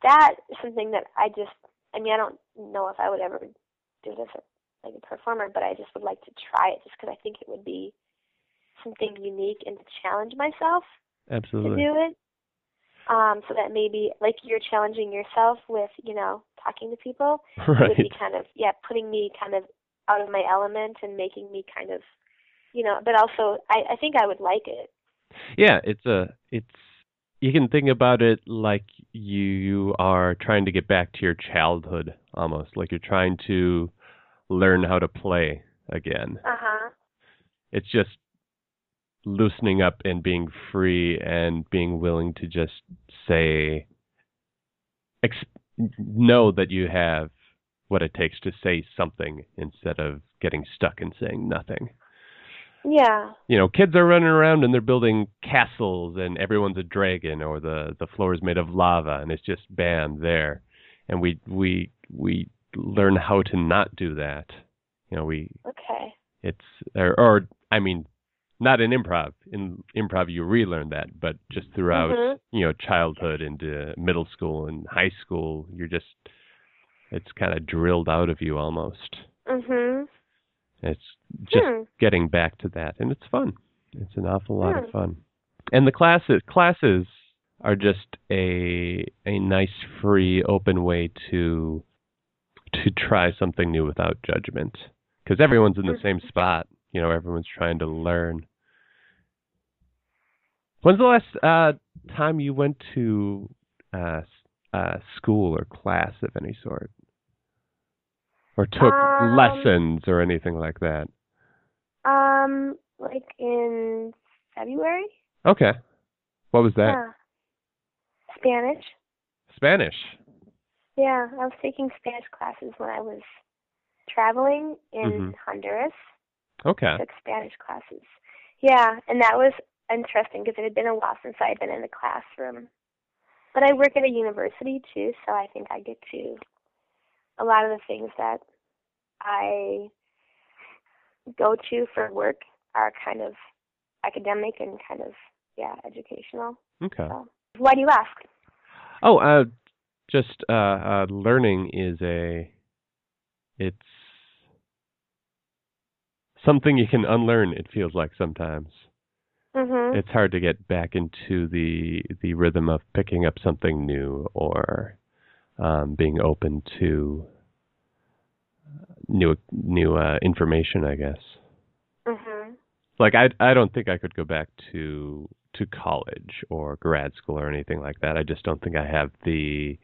[SPEAKER 2] that is something that I just, I mean, I don't know if I would ever do this as like a performer, but I just would like to try it just because I think it would be something unique and to challenge myself to
[SPEAKER 1] Absolutely.
[SPEAKER 2] do it. Um, so that maybe, like you're challenging yourself with, you know, talking to people, it would
[SPEAKER 1] Right.
[SPEAKER 2] be kind of, yeah, putting me kind of out of my element and making me kind of, you know, but also I, I think I would like it.
[SPEAKER 1] Yeah, it's a it's you can think about it like you are trying to get back to your childhood almost, like you're trying to learn how to play again.
[SPEAKER 2] Uh huh.
[SPEAKER 1] It's just loosening up and being free and being willing to just say ex- know that you have what it takes to say something instead of getting stuck and saying nothing.
[SPEAKER 2] Yeah.
[SPEAKER 1] you know, kids are running around and they're building castles and everyone's a dragon or the the floor is made of lava and it's just bam there. And we we we learn how to not do that. You know, we
[SPEAKER 2] Okay.
[SPEAKER 1] it's or, or I mean, not in improv. In improv you relearn that, but just throughout,
[SPEAKER 2] Mhm.
[SPEAKER 1] you know, childhood into middle school and high school, you're just it's kind of drilled out of you almost.
[SPEAKER 2] Mhm.
[SPEAKER 1] It's just
[SPEAKER 2] hmm.
[SPEAKER 1] getting back to that, and it's fun. It's an awful lot
[SPEAKER 2] Hmm.
[SPEAKER 1] of fun, and the classes classes are just a a nice, free, open way to to try something new without judgment, because everyone's in the
[SPEAKER 2] Mhm.
[SPEAKER 1] same spot. You know, everyone's trying to learn. When's the last uh, time you went to uh, s- uh, school or class of any sort, or took
[SPEAKER 2] Um,
[SPEAKER 1] lessons or anything like that?
[SPEAKER 2] Um, like in February.
[SPEAKER 1] Okay. What was that?
[SPEAKER 2] Yeah. Spanish.
[SPEAKER 1] Spanish.
[SPEAKER 2] Yeah, I was taking Spanish classes when I was traveling in
[SPEAKER 1] Mhm.
[SPEAKER 2] Honduras.
[SPEAKER 1] Okay.
[SPEAKER 2] Took Spanish classes. Yeah, and that was interesting because it had been a while since I had been in a classroom. But I work at a university too, so I think I get to a lot of the things that I go to for work are kind of academic and kind of yeah educational.
[SPEAKER 1] Okay.
[SPEAKER 2] So, why do you ask?
[SPEAKER 1] Oh, uh, just uh, uh, learning is a it's something you can unlearn. It feels like sometimes
[SPEAKER 2] hmm
[SPEAKER 1] it's hard to get back into the the rhythm of picking up something new or um, being open to new new uh, information. I guess
[SPEAKER 2] hmm
[SPEAKER 1] like I I don't think I could go back to to college or grad school or anything like that. I just don't think I have the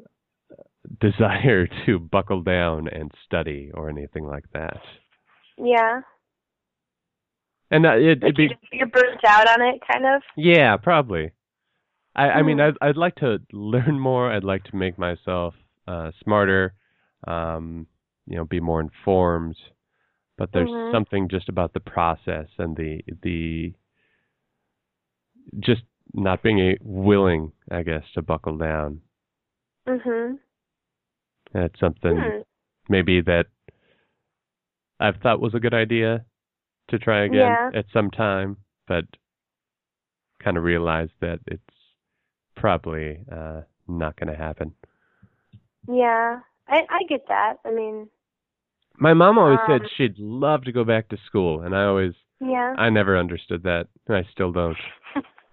[SPEAKER 1] uh, desire to buckle down and study or anything like that.
[SPEAKER 2] Yeah.
[SPEAKER 1] And uh, it, it'd be
[SPEAKER 2] Like, You're burnt out on it, kind of.
[SPEAKER 1] yeah, probably. I I mean
[SPEAKER 2] Mhm.
[SPEAKER 1] I'd I'd like to learn more. I'd like to make myself uh, smarter. Um, you know, be more informed. But there's
[SPEAKER 2] Mhm.
[SPEAKER 1] something just about the process and the the just not being a, willing, I guess, to buckle down.
[SPEAKER 2] Mhm.
[SPEAKER 1] And it's something
[SPEAKER 2] Hmm.
[SPEAKER 1] maybe that I've thought was a good idea to try again
[SPEAKER 2] Yeah.
[SPEAKER 1] at some time, but kind of realized that it's probably uh, not going to happen.
[SPEAKER 2] Yeah. I I get that. I mean,
[SPEAKER 1] My mom always
[SPEAKER 2] Um.
[SPEAKER 1] said she'd love to go back to school, and I always,
[SPEAKER 2] yeah.
[SPEAKER 1] I never understood that, and I still don't.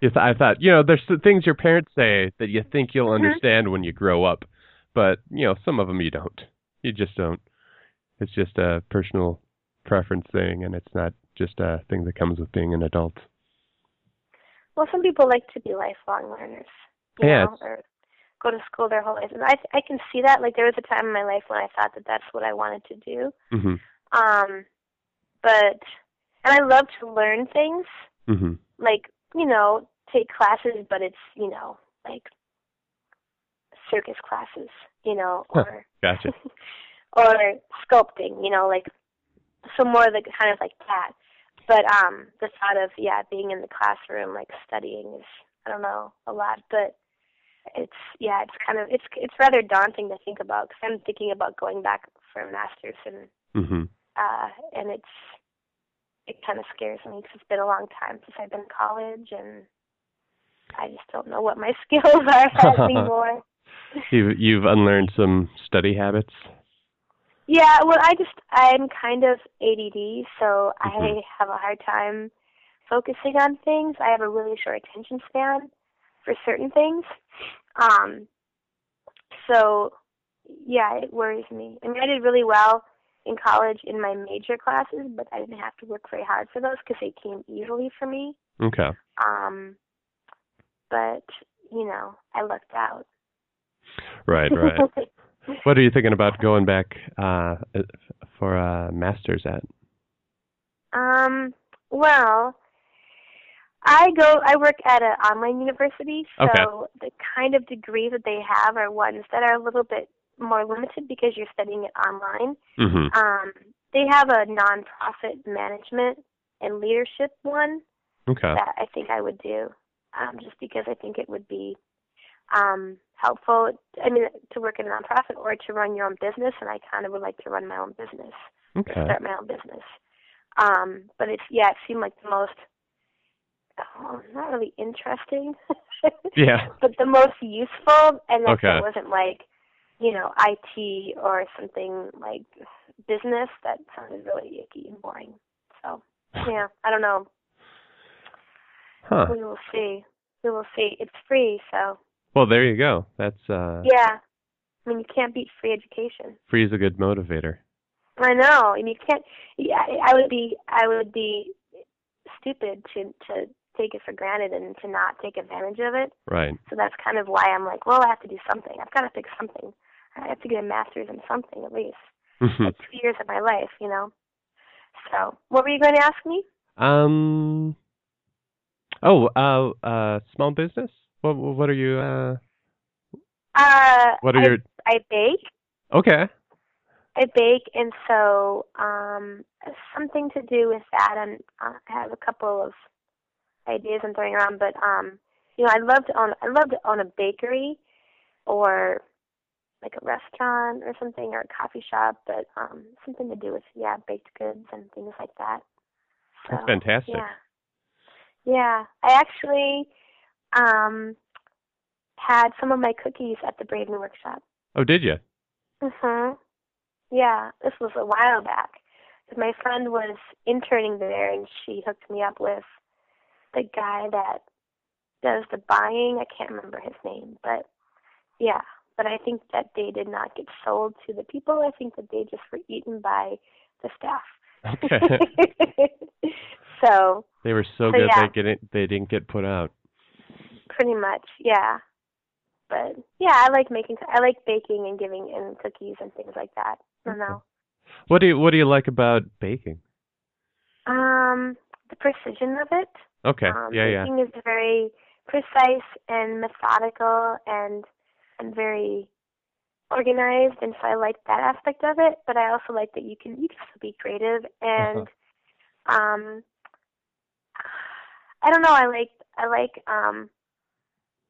[SPEAKER 1] You th- I thought, you know, there's the things your parents say that you think you'll
[SPEAKER 2] Mhm.
[SPEAKER 1] understand when you grow up, but you know, some of them you don't. You just don't. It's just a personal preference thing, and it's not just a thing that comes with being an adult.
[SPEAKER 2] Well, some people like to be lifelong learners. You
[SPEAKER 1] Yeah,
[SPEAKER 2] Know,
[SPEAKER 1] it's-
[SPEAKER 2] or go to school their whole life, and I I can see that. Like there was a time in my life when I thought that that's what I wanted to do.
[SPEAKER 1] Mhm.
[SPEAKER 2] Um, but and I love to learn things.
[SPEAKER 1] Mhm.
[SPEAKER 2] Like you know, take classes, but it's you know like circus classes. You know,
[SPEAKER 1] Huh.
[SPEAKER 2] or
[SPEAKER 1] Gotcha.
[SPEAKER 2] or sculpting, you know, like so more of the kind of like that. But um the thought of yeah, being in the classroom like studying is I don't know, a lot, but it's yeah, it's kind of it's it's rather daunting to think about cuz I'm thinking about going back for a masters and
[SPEAKER 1] Mhm.
[SPEAKER 2] uh and it's it kind of scares me cuz it's been a long time since I've been in college and I just don't know what my skills are anymore.
[SPEAKER 1] You've you've unlearned some study habits.
[SPEAKER 2] Yeah, well, I just I'm kind of ADD, so I
[SPEAKER 1] Mhm.
[SPEAKER 2] have a hard time focusing on things. I have a really short attention span for certain things. Um, so yeah, it worries me. I mean, I did really well in college in my major classes, but I didn't have to work very hard for those because they came easily for me.
[SPEAKER 1] Okay.
[SPEAKER 2] Um, but you know, I lucked out.
[SPEAKER 1] Right. Right. what are you thinking about going back uh, for a master's at?
[SPEAKER 2] Um, well, I go I work at an online university, so the kind of degrees that they have are ones that are a little bit more limited because you're studying it online.
[SPEAKER 1] Mhm.
[SPEAKER 2] Um, they have a nonprofit management and leadership one
[SPEAKER 1] Okay.
[SPEAKER 2] that I think I would do, um, just because I think it would be um, helpful. I mean, to work in a nonprofit or to run your own business, and I kind of would like to run my own business
[SPEAKER 1] Okay.
[SPEAKER 2] start my own business. Um, but it's yeah, it seemed like the most oh, not really interesting,
[SPEAKER 1] Yeah.
[SPEAKER 2] but the most useful, and that
[SPEAKER 1] Okay.
[SPEAKER 2] it wasn't like you know IT or something like business that sounded really icky and boring. So yeah, I don't know.
[SPEAKER 1] Huh.
[SPEAKER 2] We will see. We will see. It's free, so
[SPEAKER 1] Well, there you go. That's uh,
[SPEAKER 2] yeah. I mean, you can't beat free education.
[SPEAKER 1] free's a good motivator.
[SPEAKER 2] I know, and you can't. Yeah, I I would be, I would be stupid to to take it for granted and to not take advantage of it.
[SPEAKER 1] Right.
[SPEAKER 2] So that's kind of why I'm like, well, I have to do something. I've got to pick something. I have to get a master's in something at least.
[SPEAKER 1] Hmm.
[SPEAKER 2] Like two years of my life, you know. So, what were you going to ask me?
[SPEAKER 1] um. Oh, uh, uh, small business. What What are you? Uh,
[SPEAKER 2] Uh,
[SPEAKER 1] what are
[SPEAKER 2] I,
[SPEAKER 1] your?
[SPEAKER 2] I bake.
[SPEAKER 1] Okay.
[SPEAKER 2] I bake, and so um, something to do with that. And uh, I have a couple of ideas I'm throwing around, but um, you know, I'd love to own. I'd love to own a bakery, or like a restaurant or something or a coffee shop, but um, something to do with yeah baked goods and things like that. So,
[SPEAKER 1] That's fantastic.
[SPEAKER 2] Yeah. Yeah, I actually um, had some of my cookies at the Braden workshop.
[SPEAKER 1] Oh, did you?
[SPEAKER 2] Mhm. Yeah, this was a while back. 'Cause My friend was interning there, and she hooked me up with the guy that does the buying. I can't remember his name, but yeah. But I think that they did not get sold to the people. I think that they just were eaten by the staff.
[SPEAKER 1] Okay.
[SPEAKER 2] so
[SPEAKER 1] they were so,
[SPEAKER 2] So,
[SPEAKER 1] good
[SPEAKER 2] yeah.
[SPEAKER 1] they didn't they didn't get put out.
[SPEAKER 2] pretty much, yeah. But yeah, I like making, I like baking and giving and cookies and things like that. I don't know.
[SPEAKER 1] What do you what do you like about baking?
[SPEAKER 2] Um, the precision of it.
[SPEAKER 1] Okay.
[SPEAKER 2] Um,
[SPEAKER 1] yeah, yeah.
[SPEAKER 2] baking is very precise and methodical, and and very organized, and so I like that aspect of it. But I also like that you can you can still be creative, and um, I don't know. I like I like um,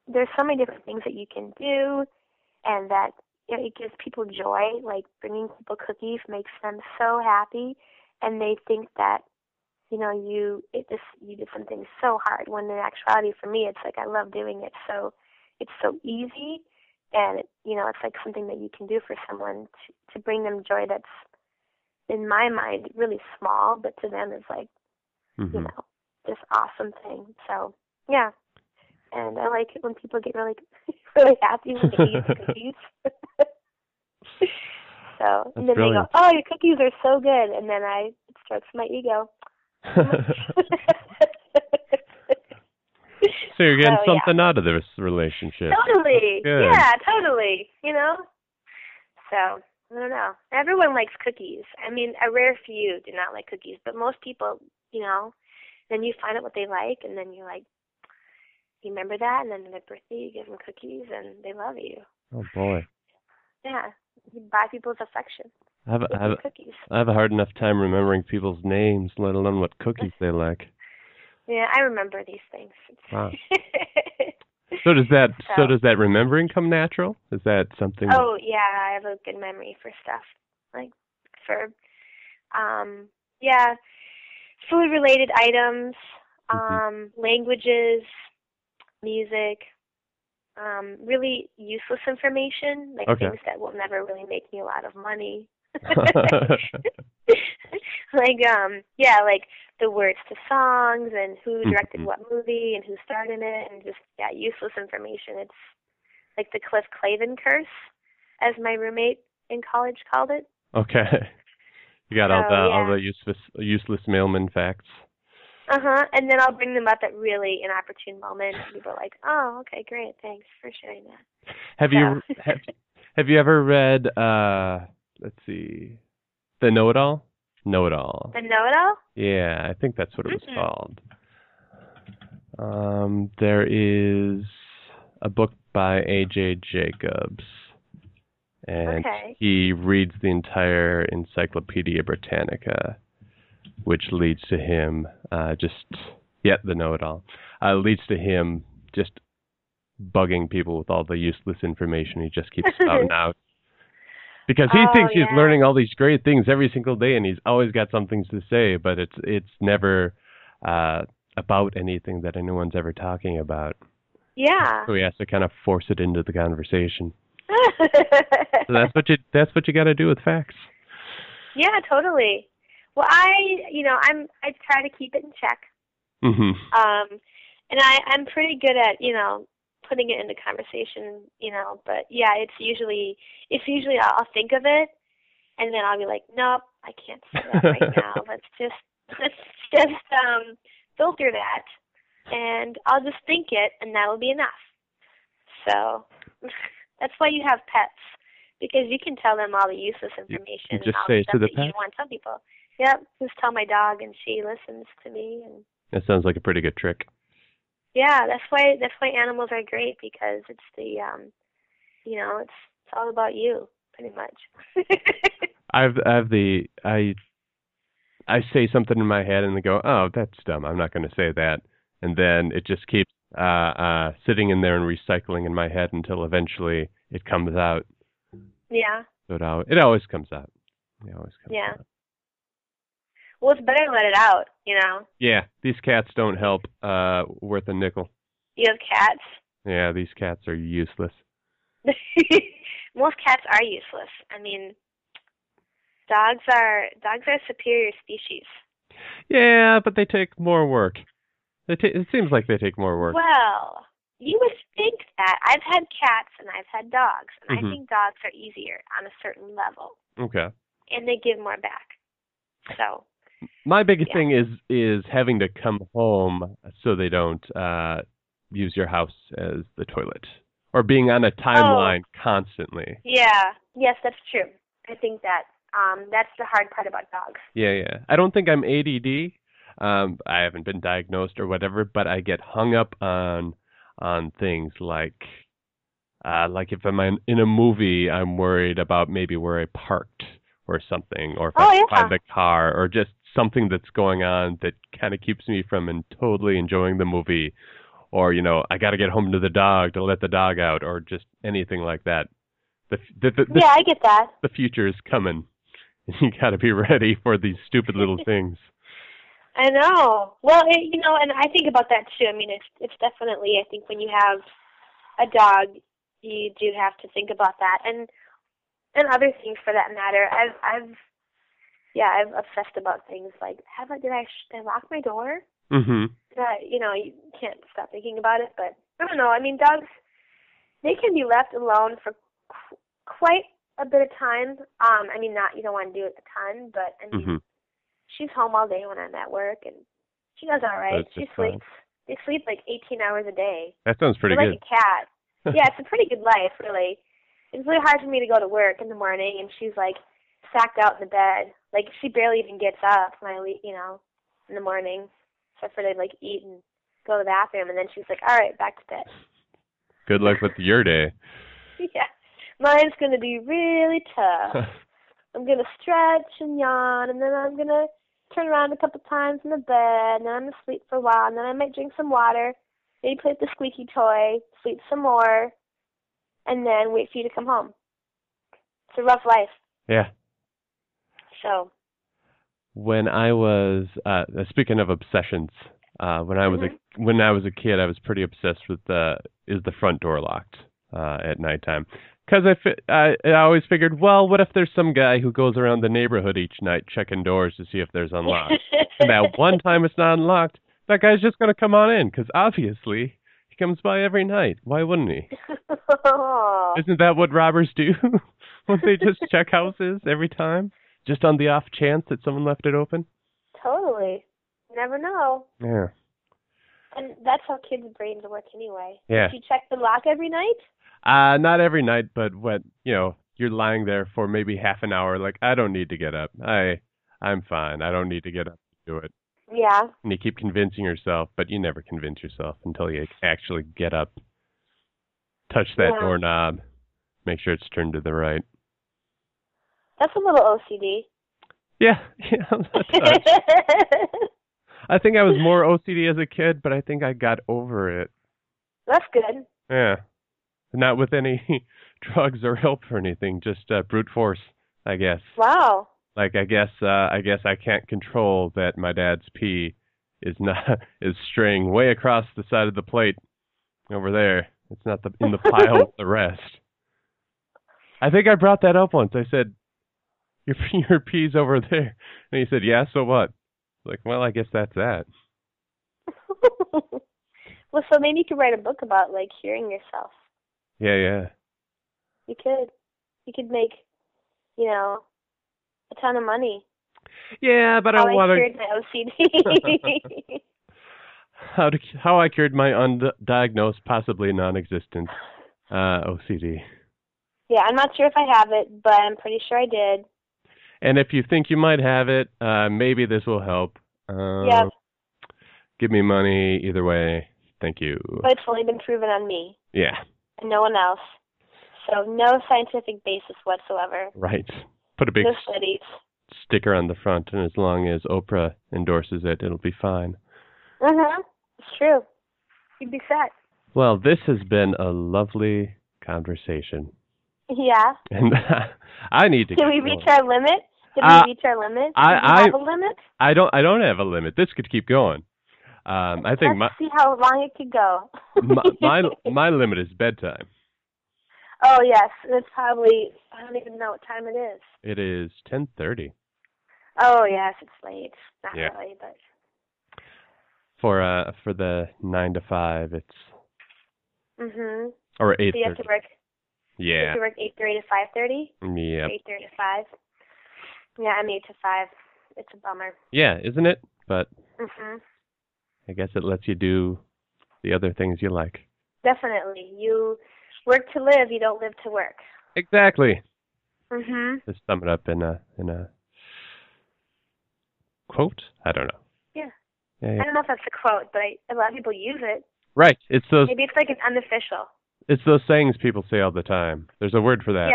[SPEAKER 2] there's so many different things that you can do, and that you know, it gives people joy. Like bringing people cookies makes them so happy, and they think that you know you it just you did something so hard when in actuality for me it's like i love doing it so it's so easy and you know it's like something that you can do for someone to, to bring them joy that's in my mind really small but to them is like you
[SPEAKER 1] Mhm.
[SPEAKER 2] know this awesome thing so yeah and i like it when people get really really happy when they eat the cookies so
[SPEAKER 1] That's
[SPEAKER 2] and then
[SPEAKER 1] brilliant.
[SPEAKER 2] they go oh your cookies are so good and then i it strokes my ego
[SPEAKER 1] so you're getting
[SPEAKER 2] So, Oh, yeah.
[SPEAKER 1] something out of this relationship.
[SPEAKER 2] totally.
[SPEAKER 1] Good.
[SPEAKER 2] Yeah, totally. You know? So, I don't know. Everyone likes cookies. I mean, a rare few do not like cookies, but most people, you know, then you find out what they like, and then you're like, you remember that, and then on their birthday, you give them cookies, and they love you.
[SPEAKER 1] Oh boy.
[SPEAKER 2] Yeah. You buy people's affection
[SPEAKER 1] I have,
[SPEAKER 2] with
[SPEAKER 1] I have
[SPEAKER 2] your cookies.
[SPEAKER 1] I have a hard enough time remembering people's names, let alone what cookies they like.
[SPEAKER 2] Yeah, I remember these things.
[SPEAKER 1] Wow. So does that so
[SPEAKER 2] So-
[SPEAKER 1] does that remembering come natural? Is that something
[SPEAKER 2] Oh yeah, I have a good memory for stuff like for um yeah, food related items, um
[SPEAKER 1] Mhm.
[SPEAKER 2] languages, music, um really useless information, like
[SPEAKER 1] Okay.
[SPEAKER 2] things that will never really make me a lot of money. like um yeah, like the words to songs and who directed
[SPEAKER 1] Mhm.
[SPEAKER 2] what movie and who starred in it and just yeah, useless information. It's like the Cliff Clavin curse, as my roommate in college called it.
[SPEAKER 1] Okay. You got all
[SPEAKER 2] So,
[SPEAKER 1] the all
[SPEAKER 2] Oh, yeah.
[SPEAKER 1] the useless useless mailman facts.
[SPEAKER 2] Uh huh. And then I'll bring them up at really inopportune moments. And people are like, "Oh, okay, great, thanks for sharing that."
[SPEAKER 1] Have you
[SPEAKER 2] So-
[SPEAKER 1] have, have you ever read uh let's see The Know It All? Know It All.
[SPEAKER 2] The know-it-all?
[SPEAKER 1] Yeah, I think that's what it was
[SPEAKER 2] Mhm.
[SPEAKER 1] called. Um there is a book by AJ Jacobs. And
[SPEAKER 2] Okay.
[SPEAKER 1] he reads the entire Encyclopedia Britannica, which leads to him uh, just yeah, the know-it-all uh, leads to him just bugging people with all the useless information he just keeps spouting out. Because he
[SPEAKER 2] Oh,
[SPEAKER 1] thinks he's
[SPEAKER 2] yeah.
[SPEAKER 1] learning all these great things every single day, and he's always got some things to say, but it's it's never uh, about anything that anyone's ever talking about.
[SPEAKER 2] Yeah.
[SPEAKER 1] So he has to kind of force it into the conversation. So that's what you that's what you got to do with facts.
[SPEAKER 2] yeah, totally. Well, I, you know, I'm I try to keep it in check.
[SPEAKER 1] hmm
[SPEAKER 2] Um, and I, I'm pretty good at, you know, putting it into conversation, you know, but yeah, it's usually, it's usually I'll, I'll think of it and then I'll be like, nope, I can't say that right now. Let's just, let's just, um, filter that and I'll just think it and that'll be enough. So that's why you have pets because you can tell them all the useless information
[SPEAKER 1] just
[SPEAKER 2] and all
[SPEAKER 1] say
[SPEAKER 2] the
[SPEAKER 1] it to
[SPEAKER 2] stuff
[SPEAKER 1] the
[SPEAKER 2] that you
[SPEAKER 1] pet?
[SPEAKER 2] want to tell people. Yep, just tell my dog and she listens to me and
[SPEAKER 1] That sounds like a pretty good trick.
[SPEAKER 2] yeah, that's why that's why animals are great because it's the um you know, it's it's all about you pretty much.
[SPEAKER 1] I've I've the I I say something in my head and they go, "Oh, that's dumb. I'm not going to say that." And then it just keeps uh uh sitting in there and recycling in my head until eventually it comes out.
[SPEAKER 2] Yeah.
[SPEAKER 1] So it always, it always comes up. It always comes
[SPEAKER 2] Yeah.
[SPEAKER 1] up.
[SPEAKER 2] Well, it's better to let it out, you know.
[SPEAKER 1] Yeah. These cats don't help uh worth a nickel.
[SPEAKER 2] You have cats.
[SPEAKER 1] Yeah, these cats are useless.
[SPEAKER 2] Most cats are useless. I mean, dogs are dogs are a superior species.
[SPEAKER 1] Yeah, but they take more work. They ta- it seems like they take more work.
[SPEAKER 2] Well, you would think that. I've had cats and I've had dogs, and
[SPEAKER 1] Mhm.
[SPEAKER 2] I think dogs are easier on a certain level,
[SPEAKER 1] Okay.
[SPEAKER 2] and they give more back. So
[SPEAKER 1] My biggest
[SPEAKER 2] Yeah.
[SPEAKER 1] thing is is having to come home so they don't uh use your house as the toilet or being
[SPEAKER 2] Oh.
[SPEAKER 1] on a timeline constantly.
[SPEAKER 2] yeah, yes, that's true. I think that um, that's the hard part about dogs.
[SPEAKER 1] Yeah, yeah. I don't think I'm ADD. Um, I haven't been diagnosed or whatever, but I get hung up on on things like uh, like if I'm in, in a movie, I'm worried about maybe where I parked or something, or if
[SPEAKER 2] Oh,
[SPEAKER 1] I
[SPEAKER 2] yeah.
[SPEAKER 1] find the car, or just something that's going on that kind of keeps me from and totally enjoying the movie, or you know, I got to get home to the dog to let the dog out, or just anything like that. The f- the, the, the
[SPEAKER 2] Yeah, I get that.
[SPEAKER 1] the future is coming. and You got to be ready for these stupid little things.
[SPEAKER 2] I know. Well, it, you know, and I think about that too. I mean, it's it's definitely. I think when you have a dog, you do have to think about that, and and other things for that matter. I've I've yeah, I've obsessed about things like have I did I sh- did I lock my door?
[SPEAKER 1] hmm
[SPEAKER 2] Did I, you know, you can't stop thinking about it. But I don't know. I mean, dogs they can be left alone for qu- quite a bit of time. Um, I mean, not you don't want to do it a ton, but I mean
[SPEAKER 1] hmm
[SPEAKER 2] she's home all day when I'm at work, and she does all right.
[SPEAKER 1] That's
[SPEAKER 2] She
[SPEAKER 1] just fine.
[SPEAKER 2] sleeps. They sleep like 18 hours a day.
[SPEAKER 1] That sounds pretty
[SPEAKER 2] They're
[SPEAKER 1] good.
[SPEAKER 2] like a cat. yeah, it's a pretty good life, really. It's really hard for me to go to work in the morning, and she's like sacked out in the bed. Like she barely even gets up when I leave, you know, in the morning, except for to like eat and go to the bathroom, and then she's like, all right, back to bed.
[SPEAKER 1] Good luck with your day.
[SPEAKER 2] yeah, mine's gonna be really tough. I'm gonna stretch and yawn, and then I'm gonna turn around a couple times in the bed, and then I'm gonna sleep for a while, and then I might drink some water, maybe play with the squeaky toy, sleep some more, and then wait for you to come home. It's a rough life.
[SPEAKER 1] yeah.
[SPEAKER 2] So
[SPEAKER 1] When I was uh, speaking of obsessions, uh, when I was a when I was a kid, I was pretty obsessed with the is the front door locked uh, at nighttime because I, fi- I I always figured, well, what if there's some guy who goes around the neighborhood each night checking doors to see if there's unlocked. and that one time it's not unlocked, that guy's just going to come on in because obviously he comes by every night. Why wouldn't he?
[SPEAKER 2] Aw.
[SPEAKER 1] Isn't that what robbers do? Won't they just check houses every time, just on the off chance that someone left it open?
[SPEAKER 2] totally. You Never know.
[SPEAKER 1] Yeah.
[SPEAKER 2] And that's how kids' brains work anyway.
[SPEAKER 1] Yeah.
[SPEAKER 2] Do you check the lock every night?
[SPEAKER 1] Uh, not every night, but when you know you're lying there for maybe half an hour, like I don't need to get up. I I'm fine. I don't need to get up to do it.
[SPEAKER 2] Yeah.
[SPEAKER 1] And you keep convincing yourself, but you never convince yourself until you actually get up, touch that
[SPEAKER 2] Yeah.
[SPEAKER 1] doorknob, make sure it's turned to the right.
[SPEAKER 2] That's a little OCD.
[SPEAKER 1] Yeah, yeah. that's us. I think I was more OCD as a kid, but I think I got over it.
[SPEAKER 2] that's good.
[SPEAKER 1] Yeah, not with any drugs or help or anything, just uh, brute force, I guess.
[SPEAKER 2] Wow.
[SPEAKER 1] Like I guess uh, I guess I can't control that my dad's pee is not is straying way across the side of the plate over there. It's not the in the pile with the rest. I think I brought that up once. I said, "Your your pee's over there," and he said, "Yeah, so what?" Like, well, I guess that's that.
[SPEAKER 2] well, so maybe you could write a book about like hearing yourself.
[SPEAKER 1] Yeah, yeah.
[SPEAKER 2] You could, you could make, you know, a ton of money.
[SPEAKER 1] Yeah, but
[SPEAKER 2] How
[SPEAKER 1] I want
[SPEAKER 2] I
[SPEAKER 1] to
[SPEAKER 2] cured my OCD.
[SPEAKER 1] how to how I cured my undiagnosed, possibly non-existent uh, OCD.
[SPEAKER 2] yeah, I'm not sure if I have it, but I'm pretty sure I did.
[SPEAKER 1] And if you think you might have it, uh, maybe this will help. Uh,
[SPEAKER 2] Yep.
[SPEAKER 1] Give me money either way. Thank you.
[SPEAKER 2] But it's only been proven on me
[SPEAKER 1] yeah,
[SPEAKER 2] and no one else. So no scientific basis whatsoever.
[SPEAKER 1] right. Put a big
[SPEAKER 2] No
[SPEAKER 1] s-
[SPEAKER 2] studies.
[SPEAKER 1] sticker on the front, and as long as Oprah endorses it, it'll be fine.
[SPEAKER 2] Uh huh. It's true. You'd be set.
[SPEAKER 1] Well, this has been a lovely conversation.
[SPEAKER 2] Yeah.
[SPEAKER 1] And I need to.
[SPEAKER 2] Did
[SPEAKER 1] get
[SPEAKER 2] we reach
[SPEAKER 1] going.
[SPEAKER 2] our limit? Did
[SPEAKER 1] Uh,
[SPEAKER 2] we reach our limit?
[SPEAKER 1] I-
[SPEAKER 2] Do we
[SPEAKER 1] I-
[SPEAKER 2] have a limit?
[SPEAKER 1] I don't. I don't have a limit. This could keep going. Um, I think my,
[SPEAKER 2] Let's see how long it could go.
[SPEAKER 1] my my my limit is bedtime.
[SPEAKER 2] oh yes, it's probably. I don't even know what time it is.
[SPEAKER 1] It is ten thirty
[SPEAKER 2] Oh yes, it's late. Not
[SPEAKER 1] Yeah.
[SPEAKER 2] really, but
[SPEAKER 1] for uh for the nine to five. It's
[SPEAKER 2] mhm.
[SPEAKER 1] or eight
[SPEAKER 2] So you have
[SPEAKER 1] thirty.
[SPEAKER 2] to work. You
[SPEAKER 1] Yeah.
[SPEAKER 2] have to work eight thirty to five thirty.
[SPEAKER 1] Yeah.
[SPEAKER 2] Eight thirty to five. Yeah, I'm eight to five. It's a bummer.
[SPEAKER 1] Yeah. Isn't it? But
[SPEAKER 2] Mhm.
[SPEAKER 1] I guess it lets you do the other things you like.
[SPEAKER 2] Definitely. You work to live. You don't live to work.
[SPEAKER 1] Exactly.
[SPEAKER 2] Mhm.
[SPEAKER 1] Just sum it up in a in a quote. I don't know.
[SPEAKER 2] Yeah.
[SPEAKER 1] Yeah.
[SPEAKER 2] I
[SPEAKER 1] yeah.
[SPEAKER 2] don't know if that's a quote, but I, a lot of people use it.
[SPEAKER 1] Right. It's those
[SPEAKER 2] Maybe it's like an unofficial.
[SPEAKER 1] it's those sayings people say all the time. There's a word for that.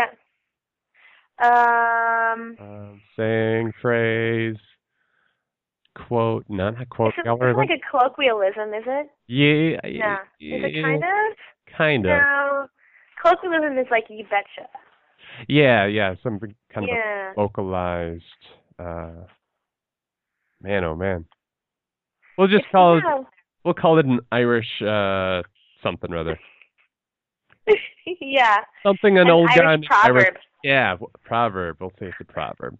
[SPEAKER 2] Yeah. Um.
[SPEAKER 1] um, saying, phrase, quote. No, not quote.
[SPEAKER 2] It's, a,
[SPEAKER 1] Y'all
[SPEAKER 2] it's
[SPEAKER 1] remember?
[SPEAKER 2] like a colloquialism, is it?
[SPEAKER 1] yeah,
[SPEAKER 2] Yeah. Is it
[SPEAKER 1] yeah,
[SPEAKER 2] kind of?
[SPEAKER 1] Kind of.
[SPEAKER 2] No. Colloquialism is like you betcha.
[SPEAKER 1] Yeah, yeah. Some kind of
[SPEAKER 2] yeah.
[SPEAKER 1] a Oh, vocalized. Uh, man, oh man. We'll just call it. We'll call it an Irish uh, something or other.
[SPEAKER 2] Yeah. yeah.
[SPEAKER 1] Something an,
[SPEAKER 2] An
[SPEAKER 1] old guy.
[SPEAKER 2] Irish
[SPEAKER 1] in
[SPEAKER 2] proverb.
[SPEAKER 1] Irish- yeah, w- proverb. We'll say it's a proverb,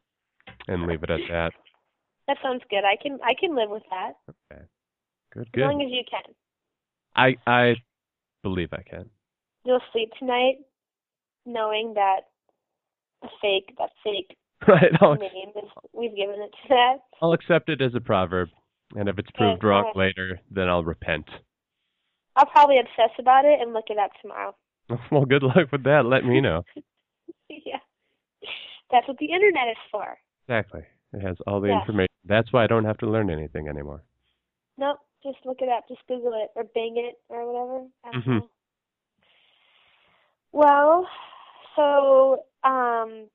[SPEAKER 1] and leave it at that.
[SPEAKER 2] That sounds good. I can I can live with that
[SPEAKER 1] Good,
[SPEAKER 2] as long
[SPEAKER 1] good.
[SPEAKER 2] as you can.
[SPEAKER 1] I I believe I can.
[SPEAKER 2] You'll sleep tonight knowing that a fake that fake
[SPEAKER 1] Right. I'll,
[SPEAKER 2] name is we've given it to that.
[SPEAKER 1] I'll accept it as a proverb, and if it's proved
[SPEAKER 2] Okay,
[SPEAKER 1] wrong
[SPEAKER 2] alright.
[SPEAKER 1] later, then I'll repent.
[SPEAKER 2] I'll probably obsess about it and look it up tomorrow.
[SPEAKER 1] Well, good luck with that. Let me know.
[SPEAKER 2] yeah. That's what the internet is for.
[SPEAKER 1] Exactly. It has all the
[SPEAKER 2] Yeah.
[SPEAKER 1] information. That's why I don't have to learn anything anymore.
[SPEAKER 2] Nope. Just look it up. Just Google it or Bing it or whatever. I don't
[SPEAKER 1] Mhm.
[SPEAKER 2] know. Well, so um,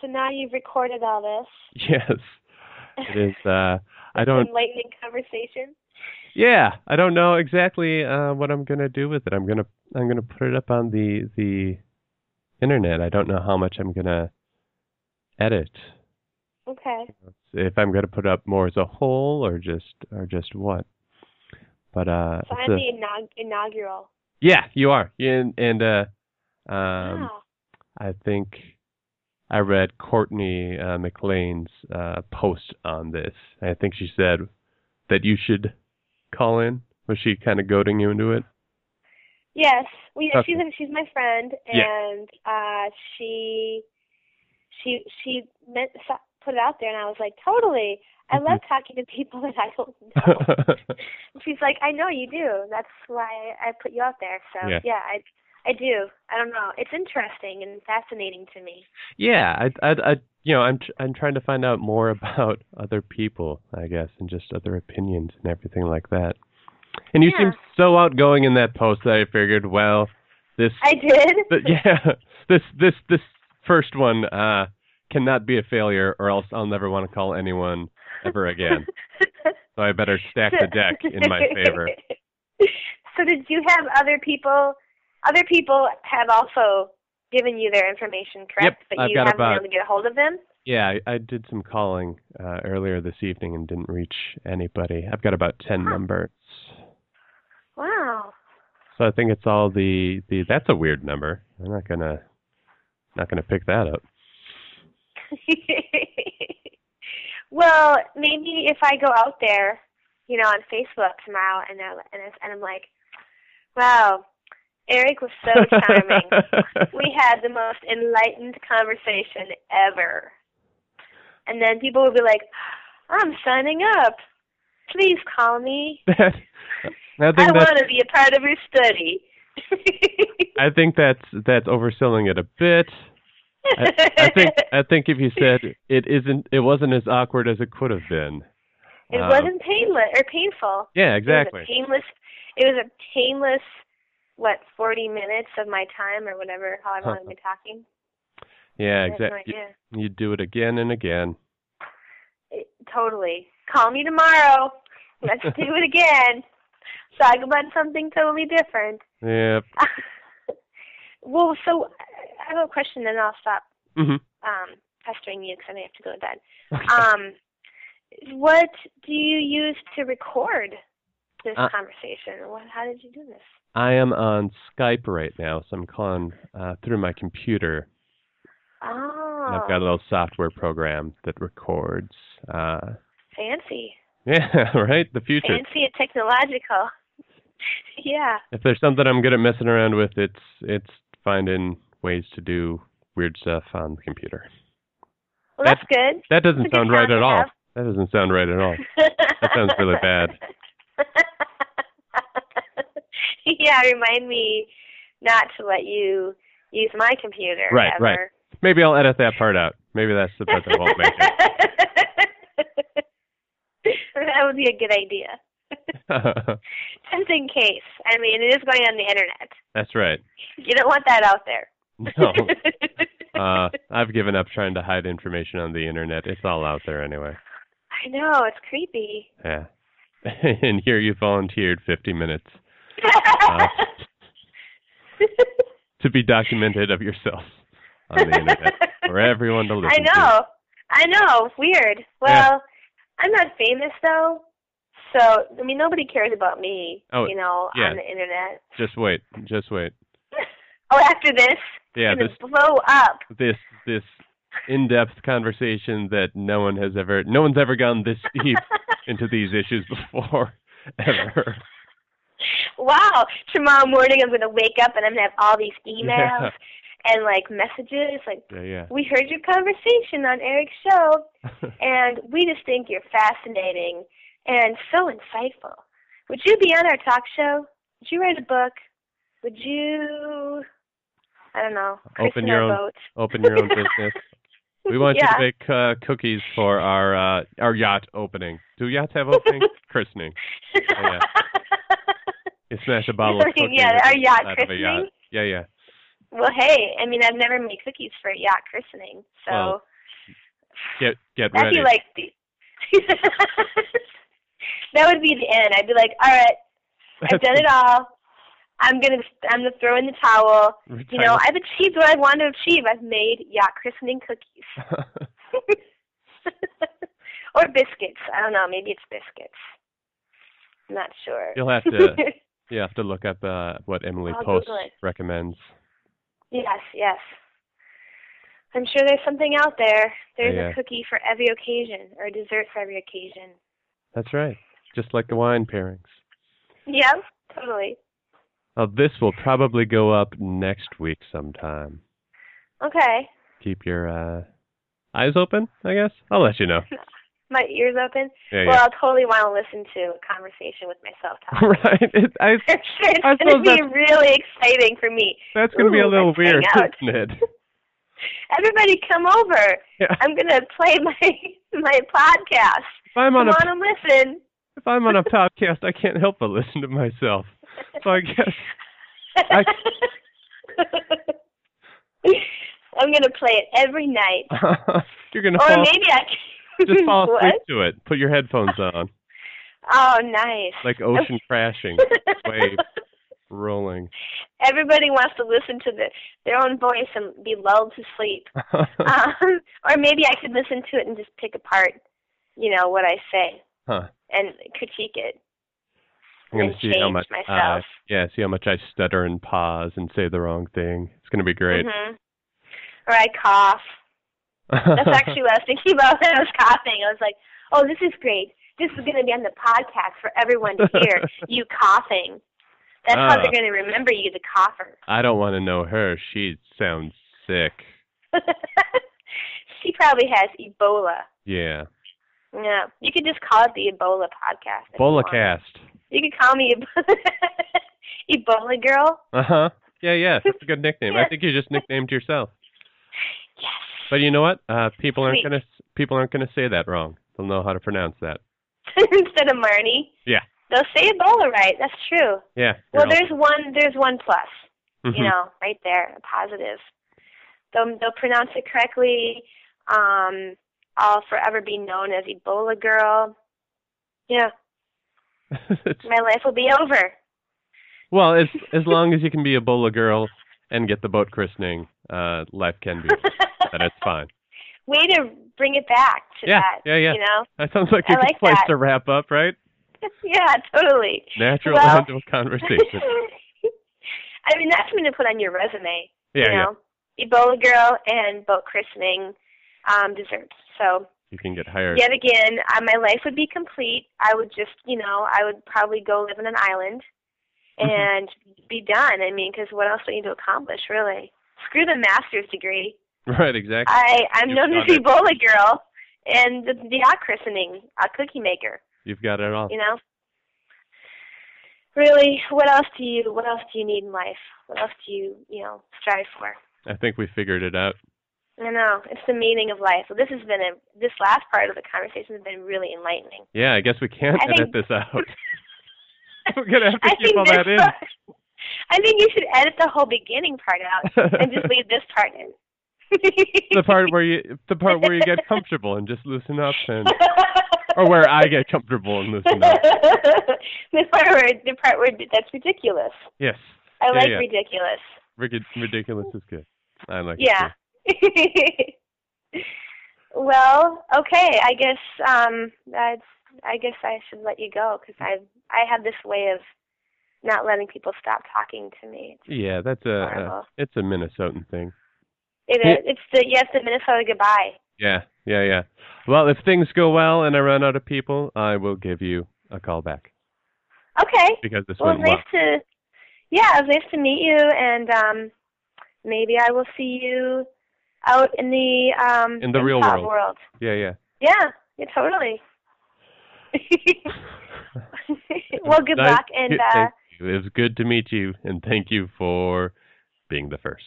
[SPEAKER 2] so now you've recorded all this.
[SPEAKER 1] Yes. It is uh I don't
[SPEAKER 2] enlightening conversation.
[SPEAKER 1] yeah, I don't know exactly uh what I'm going to do with it. I'm going to I'm going to put it up on the the internet. I don't know how much I'm going to edit.
[SPEAKER 2] Okay.
[SPEAKER 1] If I'm going to put up more as a whole or just or just what. But uh
[SPEAKER 2] So
[SPEAKER 1] it's
[SPEAKER 2] I'm
[SPEAKER 1] a-
[SPEAKER 2] the inaug- inaugural.
[SPEAKER 1] Yeah, you are. And and uh um
[SPEAKER 2] wow.
[SPEAKER 1] I think I read Courtney uh, McLean's uh, post on this. I think she said that you should call in. Was she kind of goading you into it?
[SPEAKER 2] Yes. Well, yeah,
[SPEAKER 1] Okay.
[SPEAKER 2] she's a, she's my friend,
[SPEAKER 1] Yeah.
[SPEAKER 2] and uh, she she she meant, so- put it out there, and I was like, totally. I
[SPEAKER 1] Mm-hmm.
[SPEAKER 2] love talking to people that I don't know. She's like, I know you do. That's why I put you out there. So
[SPEAKER 1] Yeah.
[SPEAKER 2] I I do. I don't know. It's interesting and fascinating to me.
[SPEAKER 1] yeah, I, I, I, you know, I'm, tr- I'm trying to find out more about other people, I guess, and just other opinions and everything like that. And you seemed
[SPEAKER 2] Yeah.
[SPEAKER 1] so outgoing in that post that I figured, well, this
[SPEAKER 2] I did.
[SPEAKER 1] but yeah, this this this first one uh, cannot be a failure, or else I'll never want to call anyone ever again. so I better stack the deck in my favor.
[SPEAKER 2] So did you have other people? Other people have also given you their information, correct? But
[SPEAKER 1] I've
[SPEAKER 2] you
[SPEAKER 1] got
[SPEAKER 2] haven't
[SPEAKER 1] about-
[SPEAKER 2] been able to get a hold of them.
[SPEAKER 1] Yeah, I, I did some calling uh, earlier this evening and didn't reach anybody. I've got about ten
[SPEAKER 2] Huh.
[SPEAKER 1] numbers,
[SPEAKER 2] Wow.
[SPEAKER 1] so I think it's all the the. That's a weird number. I'm not gonna not gonna pick that up.
[SPEAKER 2] well, maybe if I go out there, you know, on Facebook tomorrow, and I, and, I, and I'm like, wow, Eric was so charming. we had the most enlightened conversation ever. And then people would be like, I'm signing up. Please call me.
[SPEAKER 1] that, I
[SPEAKER 2] I
[SPEAKER 1] think that's
[SPEAKER 2] want to be a part of your study.
[SPEAKER 1] I think that's that's overselling it a bit. I, I think uh, I think if you said it isn't, it wasn't as awkward as it could have been.
[SPEAKER 2] it
[SPEAKER 1] Um,
[SPEAKER 2] wasn't painless or painful.
[SPEAKER 1] Yeah,
[SPEAKER 2] It was a
[SPEAKER 1] exactly.
[SPEAKER 2] painless. It was a painless. What forty minutes of my time or whatever, however long I've been talking.
[SPEAKER 1] Yeah,
[SPEAKER 2] I have no
[SPEAKER 1] exactly.
[SPEAKER 2] idea.
[SPEAKER 1] You, you do it again and again.
[SPEAKER 2] It- totally. Call me tomorrow. Let's do it again. Talk about something totally different.
[SPEAKER 1] Yeah,
[SPEAKER 2] well, so have a question, then I'll stop
[SPEAKER 1] Mhm.
[SPEAKER 2] um, pestering you because I may have to go to bed.
[SPEAKER 1] Okay.
[SPEAKER 2] Uh, Um, what do you use to record this
[SPEAKER 1] Uh,
[SPEAKER 2] conversation? What, how did you do this?
[SPEAKER 1] I am on Skype right now, so I'm calling uh, through my computer.
[SPEAKER 2] Oh,
[SPEAKER 1] And I've got a little software program that records. Uh,
[SPEAKER 2] fancy,
[SPEAKER 1] yeah, right? The future.
[SPEAKER 2] fancy and technological. yeah.
[SPEAKER 1] If there's something I'm good at messing around with, it's it's finding ways to do weird stuff on the computer.
[SPEAKER 2] Well, that's good.
[SPEAKER 1] That
[SPEAKER 2] It's a
[SPEAKER 1] doesn't
[SPEAKER 2] good
[SPEAKER 1] sound right
[SPEAKER 2] time
[SPEAKER 1] at
[SPEAKER 2] to
[SPEAKER 1] all.
[SPEAKER 2] have.
[SPEAKER 1] That doesn't sound right at all.
[SPEAKER 2] that
[SPEAKER 1] sounds really bad.
[SPEAKER 2] yeah, remind me not to let you use my computer.
[SPEAKER 1] Right,
[SPEAKER 2] ever.
[SPEAKER 1] right. Maybe I'll edit that part out. Maybe that's the part that won't make
[SPEAKER 2] that would be a good idea.
[SPEAKER 1] it.
[SPEAKER 2] Just in case. I mean, it is going on the internet.
[SPEAKER 1] that's right.
[SPEAKER 2] You don't want that out there.
[SPEAKER 1] No. Uh, I've given up trying to hide information on the internet. It's all out there anyway.
[SPEAKER 2] I know it's creepy.
[SPEAKER 1] Yeah. and here you volunteered 50 minutes uh, to be documented of yourself on the internet for everyone to
[SPEAKER 2] I
[SPEAKER 1] listen to.
[SPEAKER 2] know. I know. Weird. Well, I'm not famous though. So I mean nobody cares about me,
[SPEAKER 1] Oh,
[SPEAKER 2] you know,
[SPEAKER 1] yeah.
[SPEAKER 2] on the internet.
[SPEAKER 1] Just wait. Just wait.
[SPEAKER 2] Oh, after this,
[SPEAKER 1] Yeah,
[SPEAKER 2] it's
[SPEAKER 1] this
[SPEAKER 2] gonna blow up.
[SPEAKER 1] this this in-depth conversation that no one has ever no one's ever gone this deep into these issues before ever.
[SPEAKER 2] wow. Tomorrow morning I'm gonna wake up and I'm gonna have all these
[SPEAKER 1] Yeah.
[SPEAKER 2] emails and like messages like
[SPEAKER 1] Yeah,
[SPEAKER 2] we heard your conversation on Eric's show
[SPEAKER 1] yeah.
[SPEAKER 2] and we just think you're fascinating and so insightful. Would you be on our talk show? Would you write a book? Would you, I don't know,
[SPEAKER 1] Open
[SPEAKER 2] christen
[SPEAKER 1] your
[SPEAKER 2] our
[SPEAKER 1] own-
[SPEAKER 2] boat?
[SPEAKER 1] Open your own business. We want
[SPEAKER 2] yeah.
[SPEAKER 1] you to make uh, cookies for our uh, our yacht opening. Do yachts have opening? Christening. oh, yeah. You smash a bottle of
[SPEAKER 2] Yeah,
[SPEAKER 1] cookies.
[SPEAKER 2] our
[SPEAKER 1] inside
[SPEAKER 2] yacht
[SPEAKER 1] of a yacht.
[SPEAKER 2] christening?
[SPEAKER 1] Yeah, yeah.
[SPEAKER 2] Well, hey, I mean, I've never made cookies for a yacht christening, so
[SPEAKER 1] Well, Get get
[SPEAKER 2] that'd
[SPEAKER 1] ready.
[SPEAKER 2] be like the. that would be the end. I'd be like, all right, I've done it all. I'm gonna, I'm gonna throw in the towel. You know, I've achieved what I wanted to achieve. I've made yacht christening cookies. or biscuits. I don't know, maybe it's biscuits. I'm not sure.
[SPEAKER 1] You'll have to you have to look up uh, what Emily
[SPEAKER 2] I'll
[SPEAKER 1] Post
[SPEAKER 2] Google it.
[SPEAKER 1] recommends.
[SPEAKER 2] yes, yes. I'm sure there's something out there. There's
[SPEAKER 1] Yeah.
[SPEAKER 2] a cookie for every occasion or a dessert for every occasion.
[SPEAKER 1] That's right. Just like the wine pairings.
[SPEAKER 2] Yep, totally.
[SPEAKER 1] Well, this will probably go up next week sometime.
[SPEAKER 2] Okay.
[SPEAKER 1] Keep your uh, eyes open, I guess. I'll let you know.
[SPEAKER 2] My ears open.
[SPEAKER 1] Yeah,
[SPEAKER 2] Well,
[SPEAKER 1] yeah.
[SPEAKER 2] I'll totally want to listen to a conversation with myself talking.
[SPEAKER 1] right. It, I,
[SPEAKER 2] I'm sure
[SPEAKER 1] I
[SPEAKER 2] it's going
[SPEAKER 1] suppose
[SPEAKER 2] to be really exciting for me.
[SPEAKER 1] that's going to be a
[SPEAKER 2] Ooh,
[SPEAKER 1] little
[SPEAKER 2] let's hang
[SPEAKER 1] weird,
[SPEAKER 2] out.
[SPEAKER 1] isn't it?
[SPEAKER 2] Everybody come over.
[SPEAKER 1] Yeah.
[SPEAKER 2] I'm gonna play my my podcast.
[SPEAKER 1] If I'm
[SPEAKER 2] Come
[SPEAKER 1] on a
[SPEAKER 2] on and listen.
[SPEAKER 1] if I'm on a podcast, I can't help but listen to myself. So I guess I-
[SPEAKER 2] am gonna play it every night.
[SPEAKER 1] uh, you're going to
[SPEAKER 2] Or
[SPEAKER 1] fall.
[SPEAKER 2] maybe I can
[SPEAKER 1] Just fall
[SPEAKER 2] what?
[SPEAKER 1] asleep to it. Put your headphones on,
[SPEAKER 2] Oh nice.
[SPEAKER 1] like ocean crashing, wave rolling.
[SPEAKER 2] Everybody wants to listen to the, their own voice and be lulled to sleep. Um, or maybe I could listen to it and just pick apart, you know, what I say
[SPEAKER 1] Huh.
[SPEAKER 2] and critique it.
[SPEAKER 1] I'm gonna
[SPEAKER 2] and
[SPEAKER 1] see how
[SPEAKER 2] change
[SPEAKER 1] much I
[SPEAKER 2] myself.
[SPEAKER 1] yeah, see how much I stutter and pause and say the wrong thing. It's gonna be great.
[SPEAKER 2] hmm Or I cough. Mm-hmm. That's actually what I was thinking about when I was coughing. I was like, oh, this is great. This is going to be on the podcast for everyone to hear you coughing. That's how
[SPEAKER 1] Ah.
[SPEAKER 2] they're going to remember you, the cougher.
[SPEAKER 1] I don't want to know her. She sounds sick.
[SPEAKER 2] she probably has Ebola.
[SPEAKER 1] Yeah.
[SPEAKER 2] Yeah, you could just call it the Ebola podcast. if you
[SPEAKER 1] Bola
[SPEAKER 2] want.
[SPEAKER 1] cast.
[SPEAKER 2] You could call me Ebola, Ebola girl.
[SPEAKER 1] Uh huh. Yeah, yeah. That's a good nickname. I think you just nicknamed yourself.
[SPEAKER 2] Yes.
[SPEAKER 1] But you know what? Uh, people aren't
[SPEAKER 2] Sweet.
[SPEAKER 1] gonna people aren't gonna say that wrong. They'll know how to pronounce that.
[SPEAKER 2] Instead of Marnie.
[SPEAKER 1] Yeah.
[SPEAKER 2] They'll say Ebola right. That's true.
[SPEAKER 1] Yeah.
[SPEAKER 2] Oh.
[SPEAKER 1] you're
[SPEAKER 2] Well,
[SPEAKER 1] all-
[SPEAKER 2] there's one. There's one plus.
[SPEAKER 1] Mhm.
[SPEAKER 2] you know, right there, a positive. They'll, they'll pronounce it correctly. Um, I'll forever be known as Ebola girl. Yeah,
[SPEAKER 1] It's-
[SPEAKER 2] my life will be over.
[SPEAKER 1] well, as as long as you can be a Bola girl and get the boat christening, uh, life can be that it's fine.
[SPEAKER 2] Way to bring it back to
[SPEAKER 1] Yeah,
[SPEAKER 2] that.
[SPEAKER 1] yeah, yeah.
[SPEAKER 2] You know?
[SPEAKER 1] That sounds like a
[SPEAKER 2] I
[SPEAKER 1] good
[SPEAKER 2] like
[SPEAKER 1] place
[SPEAKER 2] that.
[SPEAKER 1] to wrap up, right?
[SPEAKER 2] yeah, totally.
[SPEAKER 1] Natural
[SPEAKER 2] Well-
[SPEAKER 1] end of conversation.
[SPEAKER 2] I mean, that's something to put on your resume.
[SPEAKER 1] Yeah,
[SPEAKER 2] you
[SPEAKER 1] yeah.
[SPEAKER 2] know, Ebola girl and boat christening um, desserts. So
[SPEAKER 1] You can get hired.
[SPEAKER 2] yet again, uh, my life would be complete. I would just, you know, I would probably go live on an island and be done. I mean, because what else do I need to accomplish, really? Screw the master's degree.
[SPEAKER 1] Right, exactly.
[SPEAKER 2] I I'm
[SPEAKER 1] You've
[SPEAKER 2] known as
[SPEAKER 1] done it.
[SPEAKER 2] Ebola girl and the, the yacht christening, a cookie maker.
[SPEAKER 1] You've got it all.
[SPEAKER 2] You know. Really, what else do you what else do you need in life? What else do you you know strive for?
[SPEAKER 1] I think we figured it out.
[SPEAKER 2] I know it's the meaning of life. So this has been a this last part of the conversation has been really enlightening.
[SPEAKER 1] Yeah, I guess we can't
[SPEAKER 2] I
[SPEAKER 1] edit
[SPEAKER 2] think-
[SPEAKER 1] this out. We're gonna have to
[SPEAKER 2] I
[SPEAKER 1] keep
[SPEAKER 2] think
[SPEAKER 1] all
[SPEAKER 2] this
[SPEAKER 1] that in.
[SPEAKER 2] part- I think you should edit the whole beginning part out and just leave this part in.
[SPEAKER 1] the part where you the part where you get comfortable and just loosen up and or where I get comfortable and loosen up.
[SPEAKER 2] the part where the part where that's ridiculous.
[SPEAKER 1] Yes.
[SPEAKER 2] I
[SPEAKER 1] Yeah,
[SPEAKER 2] like
[SPEAKER 1] yeah.
[SPEAKER 2] ridiculous.
[SPEAKER 1] Ridic- Ridiculous is good. I like it.
[SPEAKER 2] Yeah. well, okay. I guess um, that's. I guess I should let you go because I I have this way of not letting people stop talking to me.
[SPEAKER 1] too. Yeah, that's a, a
[SPEAKER 2] Horrible.
[SPEAKER 1] it's a Minnesotan thing.
[SPEAKER 2] It,
[SPEAKER 1] Yeah.
[SPEAKER 2] It's the yes, the Minnesota goodbye.
[SPEAKER 1] Yeah, yeah, yeah. Well, if things go well and I run out of people, I will give you a call back
[SPEAKER 2] Okay.
[SPEAKER 1] because this
[SPEAKER 2] Well, it
[SPEAKER 1] went
[SPEAKER 2] was
[SPEAKER 1] well.
[SPEAKER 2] nice to. Yeah, it was nice to meet you, and um, maybe I will see you out in the um
[SPEAKER 1] In the real
[SPEAKER 2] improv
[SPEAKER 1] world.
[SPEAKER 2] world.
[SPEAKER 1] Yeah, yeah.
[SPEAKER 2] Yeah, yeah, totally. well, good
[SPEAKER 1] Nice-
[SPEAKER 2] luck, and
[SPEAKER 1] good-
[SPEAKER 2] uh,
[SPEAKER 1] thank you. it was good to meet you, and thank you for being the first.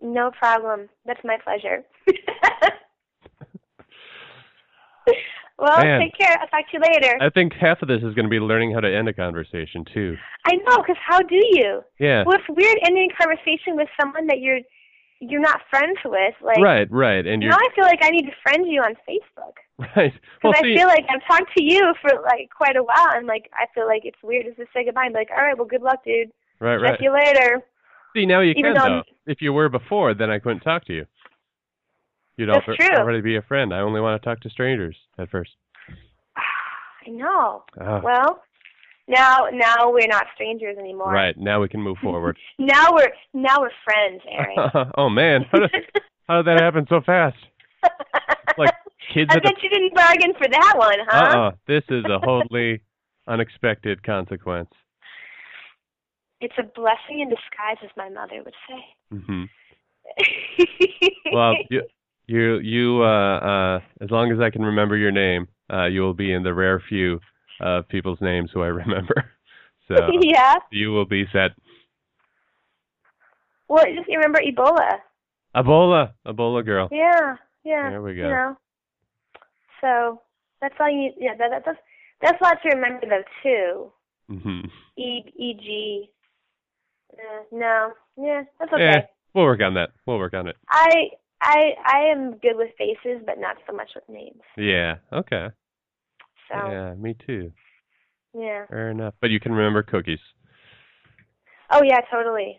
[SPEAKER 2] No problem. That's my pleasure. well,
[SPEAKER 1] Man.
[SPEAKER 2] take care. I'll talk to you later.
[SPEAKER 1] I think half of this is going to be learning how to end a conversation too.
[SPEAKER 2] I know, 'cause how do you?
[SPEAKER 1] Yeah.
[SPEAKER 2] Oh. Well, it's weird ending a conversation with someone that you're you're not friends with. Like
[SPEAKER 1] right, right, and you're
[SPEAKER 2] now, I feel like I need to friend you on Facebook
[SPEAKER 1] right. Well,
[SPEAKER 2] because I
[SPEAKER 1] see,
[SPEAKER 2] feel like I've talked to you for like quite a while, and like I feel like it's weird to just say goodbye and be like, all right, well, good luck, dude.
[SPEAKER 1] right,
[SPEAKER 2] Talk
[SPEAKER 1] right.
[SPEAKER 2] to you later.
[SPEAKER 1] See, now you can
[SPEAKER 2] even though
[SPEAKER 1] though.
[SPEAKER 2] I'm-
[SPEAKER 1] If you were before, then I couldn't talk to you. You'd
[SPEAKER 2] That's
[SPEAKER 1] alre-
[SPEAKER 2] true.
[SPEAKER 1] already be a friend. I only want to talk to strangers at first.
[SPEAKER 2] I know.
[SPEAKER 1] Ah,
[SPEAKER 2] Well, now now we're not strangers anymore.
[SPEAKER 1] right now we can move forward.
[SPEAKER 2] Now we're now we're friends, Aaron.
[SPEAKER 1] oh man, how did, how did that happen so fast? like Kids
[SPEAKER 2] I
[SPEAKER 1] at the
[SPEAKER 2] bet you didn't bargain for that one, huh?
[SPEAKER 1] uh-uh. This is a wholly unexpected consequence.
[SPEAKER 2] It's a blessing in disguise, as my mother would say.
[SPEAKER 1] hmm Well, you you you uh, uh, as long as I can remember your name, uh, you will be in the rare few of people's names who I remember. So
[SPEAKER 2] yeah.
[SPEAKER 1] you will be set.
[SPEAKER 2] Well, just remember Ebola.
[SPEAKER 1] Ebola, Ebola girl.
[SPEAKER 2] Yeah, yeah.
[SPEAKER 1] There we
[SPEAKER 2] You
[SPEAKER 1] go.
[SPEAKER 2] know. So that's all you. Yeah, that, that, that's that's a lot to remember though too.
[SPEAKER 1] hmm
[SPEAKER 2] E E G. Uh, no, yeah, that's okay.
[SPEAKER 1] Yeah, we'll work on that. We'll work on it.
[SPEAKER 2] I I I am good with faces, but not so much with names.
[SPEAKER 1] Yeah. Okay.
[SPEAKER 2] So
[SPEAKER 1] Yeah. Me too.
[SPEAKER 2] yeah.
[SPEAKER 1] Fair enough. But you can remember cookies.
[SPEAKER 2] Oh yeah, totally.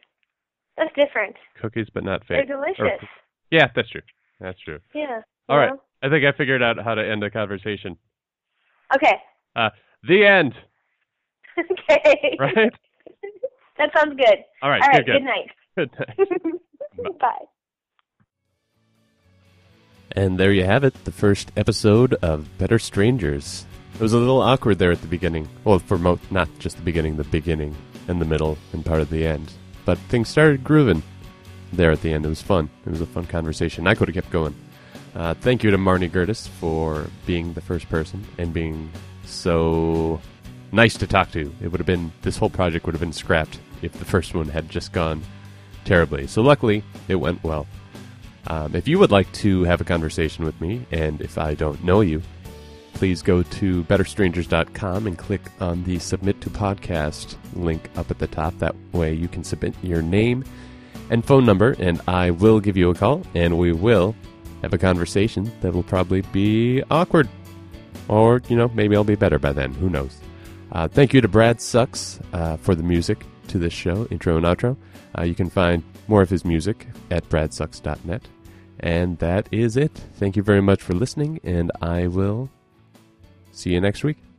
[SPEAKER 2] That's different.
[SPEAKER 1] Cookies, but not
[SPEAKER 2] They're
[SPEAKER 1] fake.
[SPEAKER 2] delicious.
[SPEAKER 1] Yeah, that's true. That's true.
[SPEAKER 2] Yeah.
[SPEAKER 1] All right.
[SPEAKER 2] you know?
[SPEAKER 1] I think I figured out how to end a conversation. Uh,
[SPEAKER 2] Okay.
[SPEAKER 1] The end.
[SPEAKER 2] okay.
[SPEAKER 1] Right.
[SPEAKER 2] That sounds good.
[SPEAKER 1] All right.
[SPEAKER 2] All right.
[SPEAKER 1] good, good.
[SPEAKER 2] Good night.
[SPEAKER 1] Good night.
[SPEAKER 2] Bye.
[SPEAKER 3] And there you have it, the first episode of Better Strangers. It was a little awkward there at the beginning. Well, for mo- not just the beginning, the beginning and the middle and part of the end. But things started grooving there at the end. It was fun. It was a fun conversation. I could have kept going. Uh, thank you to Marnie Gertis for being the first person and being so nice to talk to. It would have been, this whole project would have been scrapped if the first one had just gone terribly. So luckily, it went well. Um, if you would like to have a conversation with me, and if I don't know you, please go to betterstrangers.com and click on the Submit to Podcast link up at the top. That way you can submit your name and phone number, and I will give you a call, and we will have a conversation that will probably be awkward. Or, you know, maybe I'll be better by then. Who knows? Uh, thank you to Brad Sucks uh, for the music,
[SPEAKER 1] to this show, intro and outro. Uh, you can find more of his music at bradsucks.net. And that is it. Thank you very much for listening, and I will see you next week.